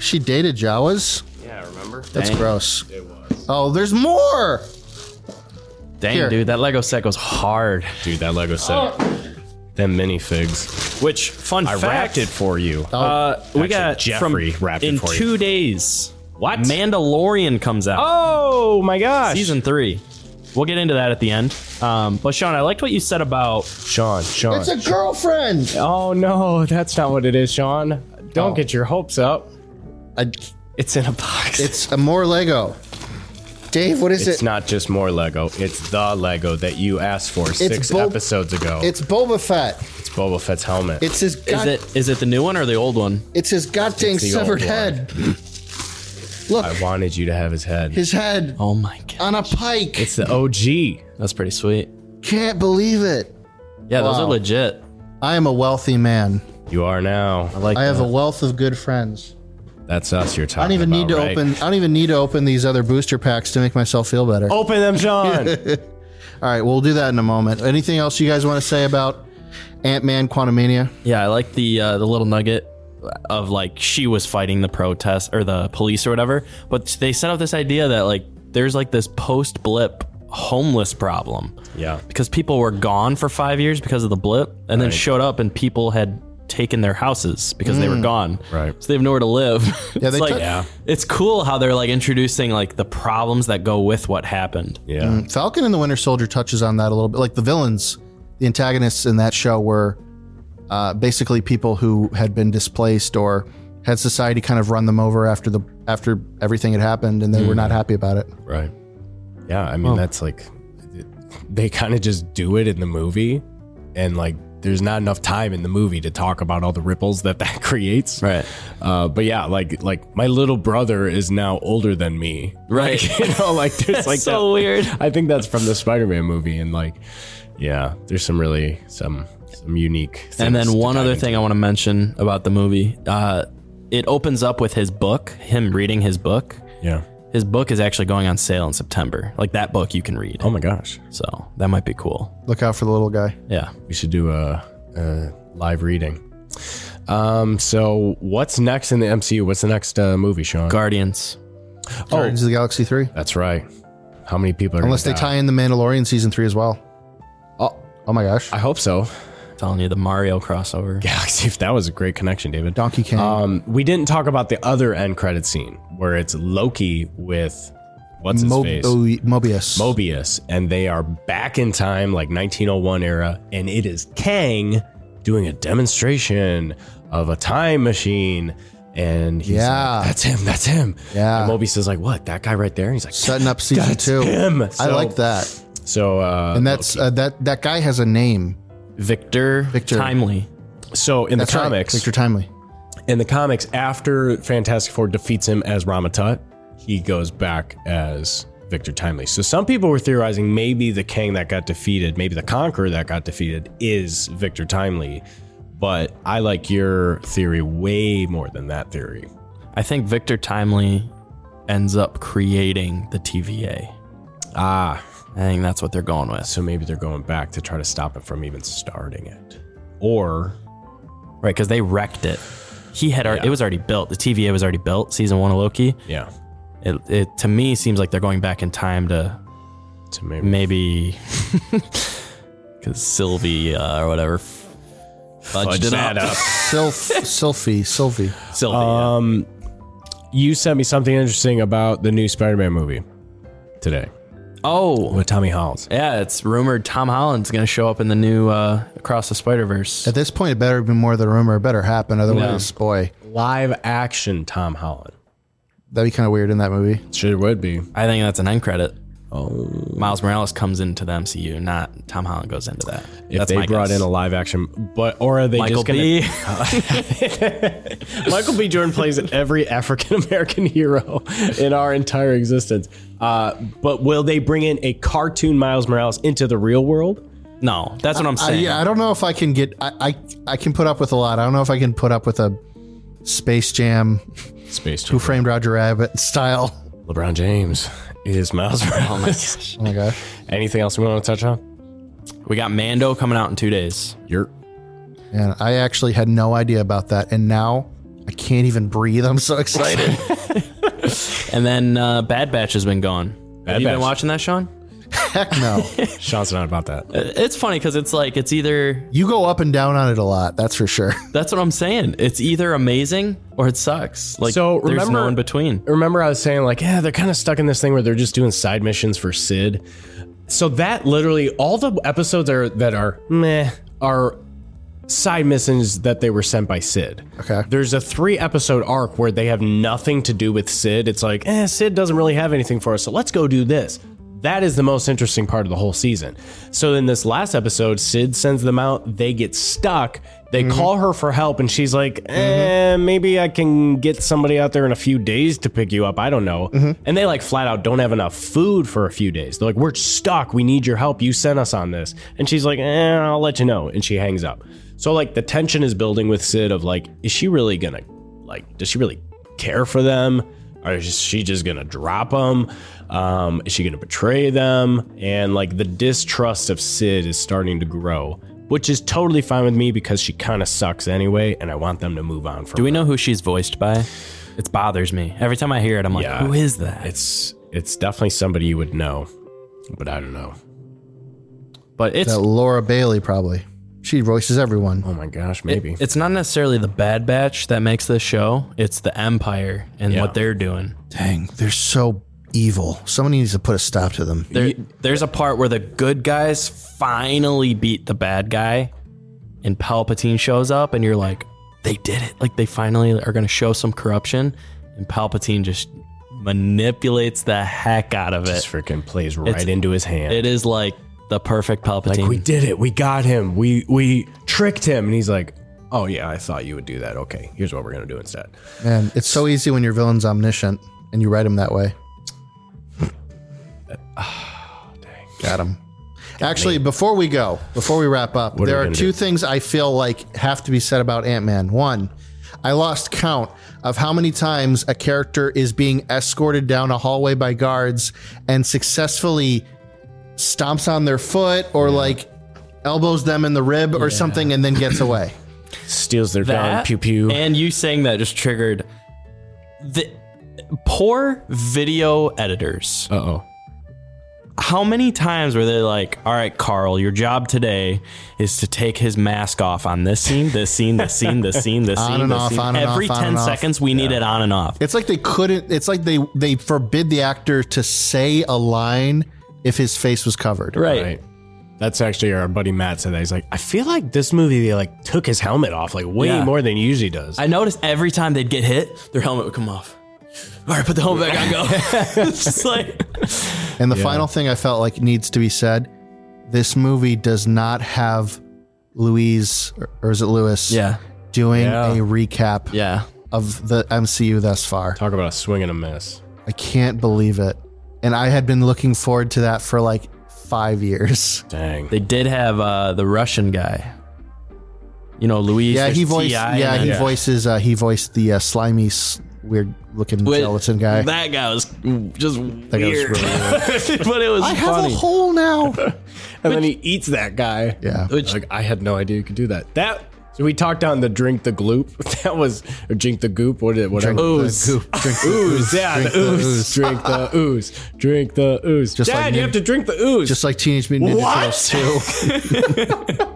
She dated Jawas. Yeah, remember? That's gross. It was. Oh, there's more. Dang, Here. dude, that Lego set goes hard. Dude, that Lego set. Them minifigs. Which fun I fact? wrapped it for you. Uh, we Actually, got Jeffrey from, wrapped it in for you. two days. What? Mandalorian comes out. oh my gosh. season three. We'll get into that at the end. Um, but Sean, I liked what you said about Sean. Sean. It's a girlfriend. oh no, that's not what it is, Sean. Don't Oh. get your hopes up. I- It's in a box. it's a more Lego. Dave, what is It's it? not just more Lego. It's the Lego that you asked for six Bo- episodes ago. It's, It's Boba Fett. Boba Fett's helmet. It's his is god, it is it the new one or the old one? it's his goddamn It's the old severed one. head. Look, I wanted you to have his head. his head Oh my god, on a pike. it's the OG. that's pretty sweet. Can't believe it. Yeah, those Wow. are legit. I am a wealthy man. You are I now. like. I have a that. wealth of good friends. That's us. You're talking. I don't even need to about, right? open. I don't even need to open these other booster packs to make myself feel better. All Open them, Sean. right, we'll do that in a moment. Anything else you guys want to say about Ant Man Quantumania? yeah, I like the uh, the little nugget of like she was fighting the protest or the police or whatever. But they set up this idea that like there's like this post blip homeless problem. yeah. because people were gone for five years because of the blip and then showed up and people had taken their houses because they were gone Right. so they have nowhere to live yeah, it's they like took- Mm. Yeah. it's cool how they're like introducing like the problems that go with what happened Yeah. Falcon and the Winter Soldier touches on that a little bit. Like the villains, the antagonists in that show were uh, basically people who had been displaced or had society kind of run them over after the after everything had happened, and they were not happy about it. Right. Yeah. I mean, Oh. that's like they kind of just do it in the movie, and like there's not enough time in the movie to talk about all the ripples that that creates. Right. Uh, but yeah, like like my little brother is now older than me. right You know, like there's like so that- weird I think that's from the Spider-Man movie, and like, yeah, there's some really some some unique. and things then to one dive other into. thing i want to mention about the movie uh, it opens up with his book him reading his book Yeah. his book is actually going on sale in september like that book you can read Oh my gosh, so that might be cool Look out for the little guy. yeah we should do a, a live reading. Um. So what's next in the MCU? What's the next uh, movie, Sean? guardians Guardians of the Galaxy three. that's right. How many people are Unless they gonna die? tie in the Mandalorian season three as well. Oh, Oh my gosh, I hope so. telling you the mario crossover Galaxy. If that was a great connection, David. Donkey Kong. Um, we didn't talk about the other end credit scene where it's Loki with what's his Mo- face oh, Mobius. Mobius, and they are back in time, like 1901 era, and it is Kang doing a demonstration of a time machine. And he's Yeah. like, that's him, that's him. Yeah. And Mobius is like, what, that guy right there? And he's like, setting up season That's two. him. I So- like that. so, uh, And that's uh, that. That guy has a name. Victor, Victor. Timely. so in the That's right, comics, Victor Timely. in the comics, after Fantastic Four defeats him as Ramatut, he goes back as Victor Timely. So some people were theorizing maybe the Kang that got defeated, maybe the Conqueror that got defeated is Victor Timely. But I like your theory way more than that theory. I think Victor Timely ends up creating the TVA. Ah, I think that's what they're going with. so maybe they're going back to try to stop it from even starting it. Or Right, because they wrecked it. He had already, it was already built. The TVA was already built, season one of Loki. yeah, It, it to me seems like they're going back in time to to maybe maybe because Sylvie uh, or whatever f- Fudged it that up. up. Sylph, Sylphie, Sylphie. Sylvie. Um, You sent me something interesting about the new Spider-Man movie today oh, with Tommy Holland. yeah. It's rumored Tom Holland's going to show up in the new uh, Across the Spider Verse. At this point, it better be more than a rumor. It better happen. Otherwise, boy, Live action Tom Holland. that'd be kind of weird in that movie. Sure would be. I think that's an end credit. Oh, Miles Morales comes into the MCU, not Tom Holland goes into that. If that's they my brought guess. in a live action, but or are they Michael just gonna? B. Michael B. Jordan plays every African American hero in our entire existence. Uh, but will they bring in a cartoon Miles Morales into the real world? no, that's what I'm I, saying. yeah, I don't know if I can get. I, I I can put up with a lot. I don't know if I can put up with a Space Jam, Space Who Framed Roger Rabbit style. LeBron James is Miles Morales. Oh my gosh. Anything else we want to touch on? We got Mando coming out in two days. You're And I actually had no idea about that, and now I can't even breathe. I'm so excited. And then uh, Bad Batch has been going. Have you Batch. been watching that, Sean? Heck no. Sean's not about that. Uh, It's funny because it's like it's either You go up and down on it a lot. That's for sure. that's what I'm saying. It's either amazing or it sucks. Like So, there's remember- no in between. Remember, I was saying like, yeah, they're kind of stuck in this thing where they're just doing side missions for Sid. So that literally all the episodes are that are meh are side missions that they were sent by Sid. Okay. There's a three episode arc where they have nothing to do with Sid. It's like, eh, Sid doesn't really have anything for us, so let's go do this. That is the most interesting part of the whole season. So in this last episode, Sid sends them out. They get stuck. They call her for help, and she's like, eh, maybe I can get somebody out there in a few days to pick you up. I don't know. And they like flat out don't have enough food for a few days. They're like, we're stuck. We need your help. You sent us on this. And she's like, eh, I'll let you know. And she hangs up. So like the tension is building with Sid of like, is she really gonna like? Does she really care for them, or is she just gonna drop them? Um, is she gonna betray them? And like the distrust of Sid is starting to grow, which is totally fine with me because she kind of sucks anyway, and I want them to move on from. Do we know who she's voiced by? It bothers me every time I hear it. I'm like, Yeah. who is that? It's it's definitely somebody you would know, but I don't know. but it's That Laura Bailey probably. She voices everyone. Oh my gosh, maybe it's not necessarily the Bad Batch that makes this show. It's the Empire and Yeah. what they're doing. Dang, they're so evil. Somebody needs to put a stop to them. There, there's a part where the good guys finally beat the bad guy, and Palpatine shows up, and you're like, they did it. Like they finally are going to show some corruption, and Palpatine just manipulates the heck out of just it. freaking plays right into his hand. It is like the perfect Palpatine. Like we did it. We got him. We we tricked him. And he's like, "Oh yeah, I thought you would do that. Okay, here's what we're gonna do instead." Man, it's so easy when your villain's omniscient and you write him that way. Got him. Actually, before we go, before we wrap up, are there we are gonna two do? things I feel like have to be said about Ant Man. One, I lost count of how many times a character is being escorted down a hallway by guards and successfully stomps on their foot or like elbows them in the rib or something and then gets away. Steals their gun. that Pew pew. and you saying that just triggered the poor video editors. uh oh. how many times were they like, all right, Carl, your job today is to take his mask off on this scene, this scene, this scene, this scene, this On scene, and this off, scene. on and Every off, on 10 and off. seconds, we need it on and off. It's like they couldn't. It's like they they forbid the actor to say a line if his face was covered. right. Right. That's actually our buddy Matt said that. He's like, I feel like this movie they like took his helmet off like way Yeah. more than he usually does. I noticed every time they'd get hit, their helmet would come off. All right, put the helmet back on, go. it's just like, And the final thing I felt like needs to be said: this movie does not have Louise or- or is it Lewis? yeah, doing Yeah. a recap yeah. of the MCU thus far. Talk about a swing and a miss. I can't believe it. And I had been looking forward to that for like five years. Dang. They did have uh, the Russian guy. You know, Luis. Yeah, there's he voiced. T.I. and Yeah, then- he voices. Uh, he voiced the uh, slimy, weird looking Wait, gelatin guy. That guy was just That guy was weird. really weird. but it was I have funny. a hole now. and then he eats that guy. Yeah. Which like I had no idea you could do that. That so we talked on the drink the gloop. That was or drink the goop. What did whatever. Drink the ooze. goop. Drink the ooze. Yeah, Drink the the ooze. ooze. Drink the ooze. Drink the ooze. Just Dad, like you Nin- have to drink the ooze. just like Teenage Mutant Ninja What? Turtles too.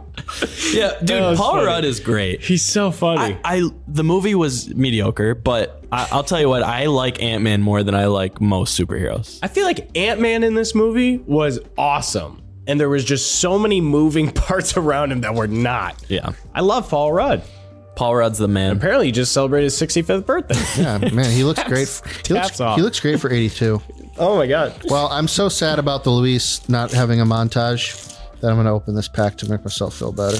Yeah, dude, Oh, was Paul funny. Rudd is great. He's so funny. I, I the movie was mediocre, but I, I'll tell you what, I like Ant Man more than I like most superheroes. I feel like Ant Man in this movie was awesome. And there was just so many moving parts around him that were not. Yeah, I love Paul Rudd. Paul Rudd's the man. Apparently, he just celebrated his 65th birthday. Yeah, man, he looks great. f- He looks, taps off. he looks great for 82. oh my God. Well, I'm so sad about the Luis not having a montage that I'm going to open this pack to make myself feel better.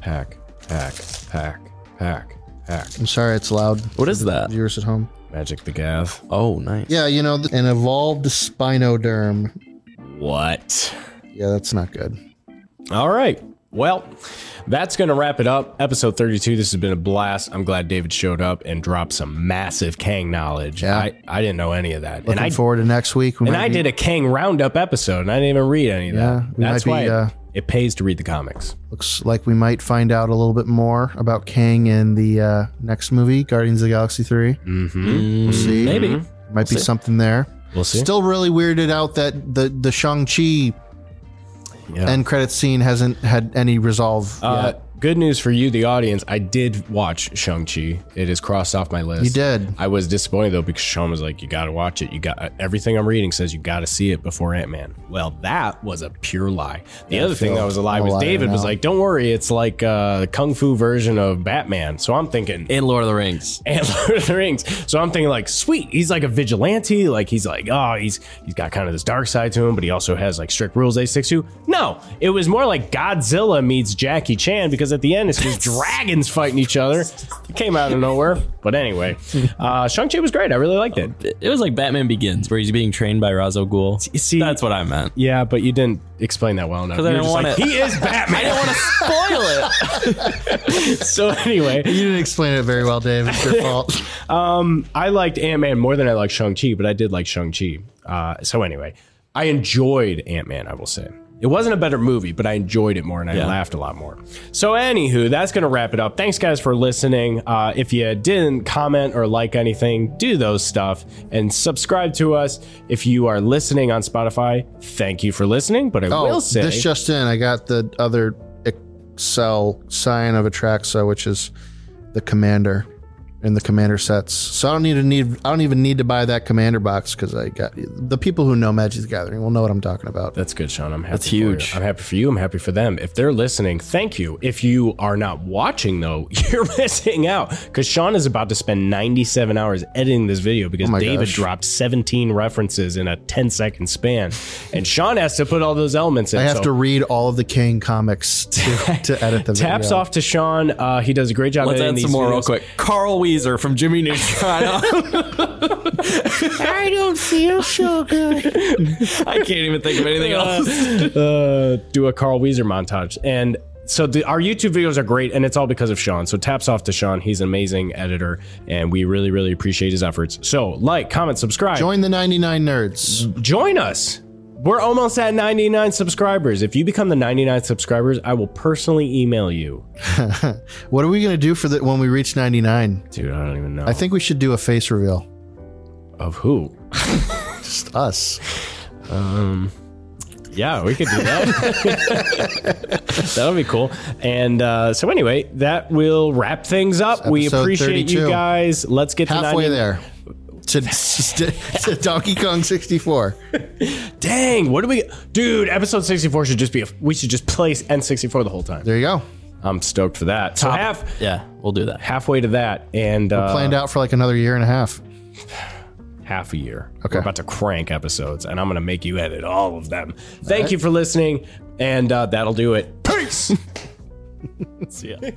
Pack, pack, pack, pack, pack. I'm sorry it's loud. What is that? Viewers at home. Magic the Gav. Oh, nice. Yeah, you know, an evolved spinoderm. What? Yeah, that's not good. All right. Well, that's going to wrap it up. Episode 32. This has been a blast. I'm glad David showed up and dropped some massive Kang knowledge. Yeah. I, I didn't know any of that. and Looking I, forward to next week. We and might I be- did a Kang roundup episode and I didn't even read any of Yeah, that. we That's might why be, uh, it, it pays to read the comics. Looks like we might find out a little bit more about Kang in the uh, next movie, Guardians of the Galaxy 3. Mm-hmm. We'll see. Maybe. Might be something there. We'll see. Still really weirded out that the, the Shang-Chi Yeah. end credits scene hasn't had any resolve Uh, yet. Good news for you, the audience. I did watch Shang-Chi. It is crossed off my list. You did. I was disappointed though because Sean was like, "You got to watch it. You got uh, everything I'm reading says you got to see it before Ant Man." Well, that was a pure lie. The other thing feel that was a lie I'm a was liar David was now. like, "Don't worry, it's like a kung fu version of Batman." So I'm thinking. And Lord of the Rings. and Lord of the Rings. So I'm thinking like, sweet, he's like a vigilante. Like he's like, oh, he's he's got kind of this dark side to him, but he also has like strict rules they stick to. No, it was more like Godzilla meets Jackie Chan because at the end it's just dragons fighting each other. It came out of nowhere. But anyway, uh, Shang Chi was great. I really liked it. It it was like Batman Begins, where he's being trained by Ra's al Ghul. see- that's what I meant. Yeah, but you didn't explain that well enough. You I were didn't just want like, it. He is I didn't want to spoil Batman. it. so anyway, You didn't explain it very well, Dave. It's your fault. I liked Ant Man more than I liked Shang Chi, but I did like Shang Chi. Uh, so anyway, I enjoyed Ant Man. I will say it wasn't a better movie, but I enjoyed it more and I Yeah. laughed a lot more. So anywho, that's gonna wrap it up. Thanks guys for listening. Uh, if you didn't comment or like anything, do those stuff and subscribe to us. If you are listening on Spotify, thank you for listening. But I will say Oh, this just in, I got the other Excel sign of Atraxa, which is the commander in the commander sets. So I don't need to need I don't even need to buy that commander box because I got the people who know Magic the Gathering will know what I'm talking about. That's good, Sean. I'm happy. That's huge. I'm happy for you. I'm happy for them. If they're listening, thank you. If you are not watching, though, you're missing out because Sean is about to spend 97 hours editing this video because Oh my David gosh. dropped 17 references in a 10 second span, and Sean has to put all those elements in. I have So to read all of the Kane comics to, to edit the Taps video. off to Sean. Uh, he does a great job. Let's editing add these some more real videos. quick. Carl Weezer from Jimmy Neutron. I don't feel so good. I can't even think of anything else. uh, do a Carl Weezer montage. And so the, our YouTube videos are great, and it's all because of Sean. So taps off to Sean. He's an amazing editor, and we really, really appreciate his efforts. So like, comment, subscribe, join, Join the 99 nerds. us. We're almost at 99 subscribers. If you become the 99 subscribers, I will personally email you. What are we gonna do for the when we reach 99? Dude, I don't even know. I think we should do a face reveal. of who? Just us. Yeah, we could do that. That'll be cool. And uh, so, anyway, that will wrap things up. We episode appreciate you 32. guys. Let's get Halfway to 99. there. To, to Donkey Kong 64. Dang, what do we Dude, episode 64 should just be a, we should just place N64 the whole time. There you go. I'm stoked for that. So half Yeah, we'll do that. halfway to that and uh, Planned out for like another year and a half. half a year. Okay. We're about to crank episodes and I'm going to make you edit all of them. Thank you for listening and uh, that'll do it. Peace. See ya.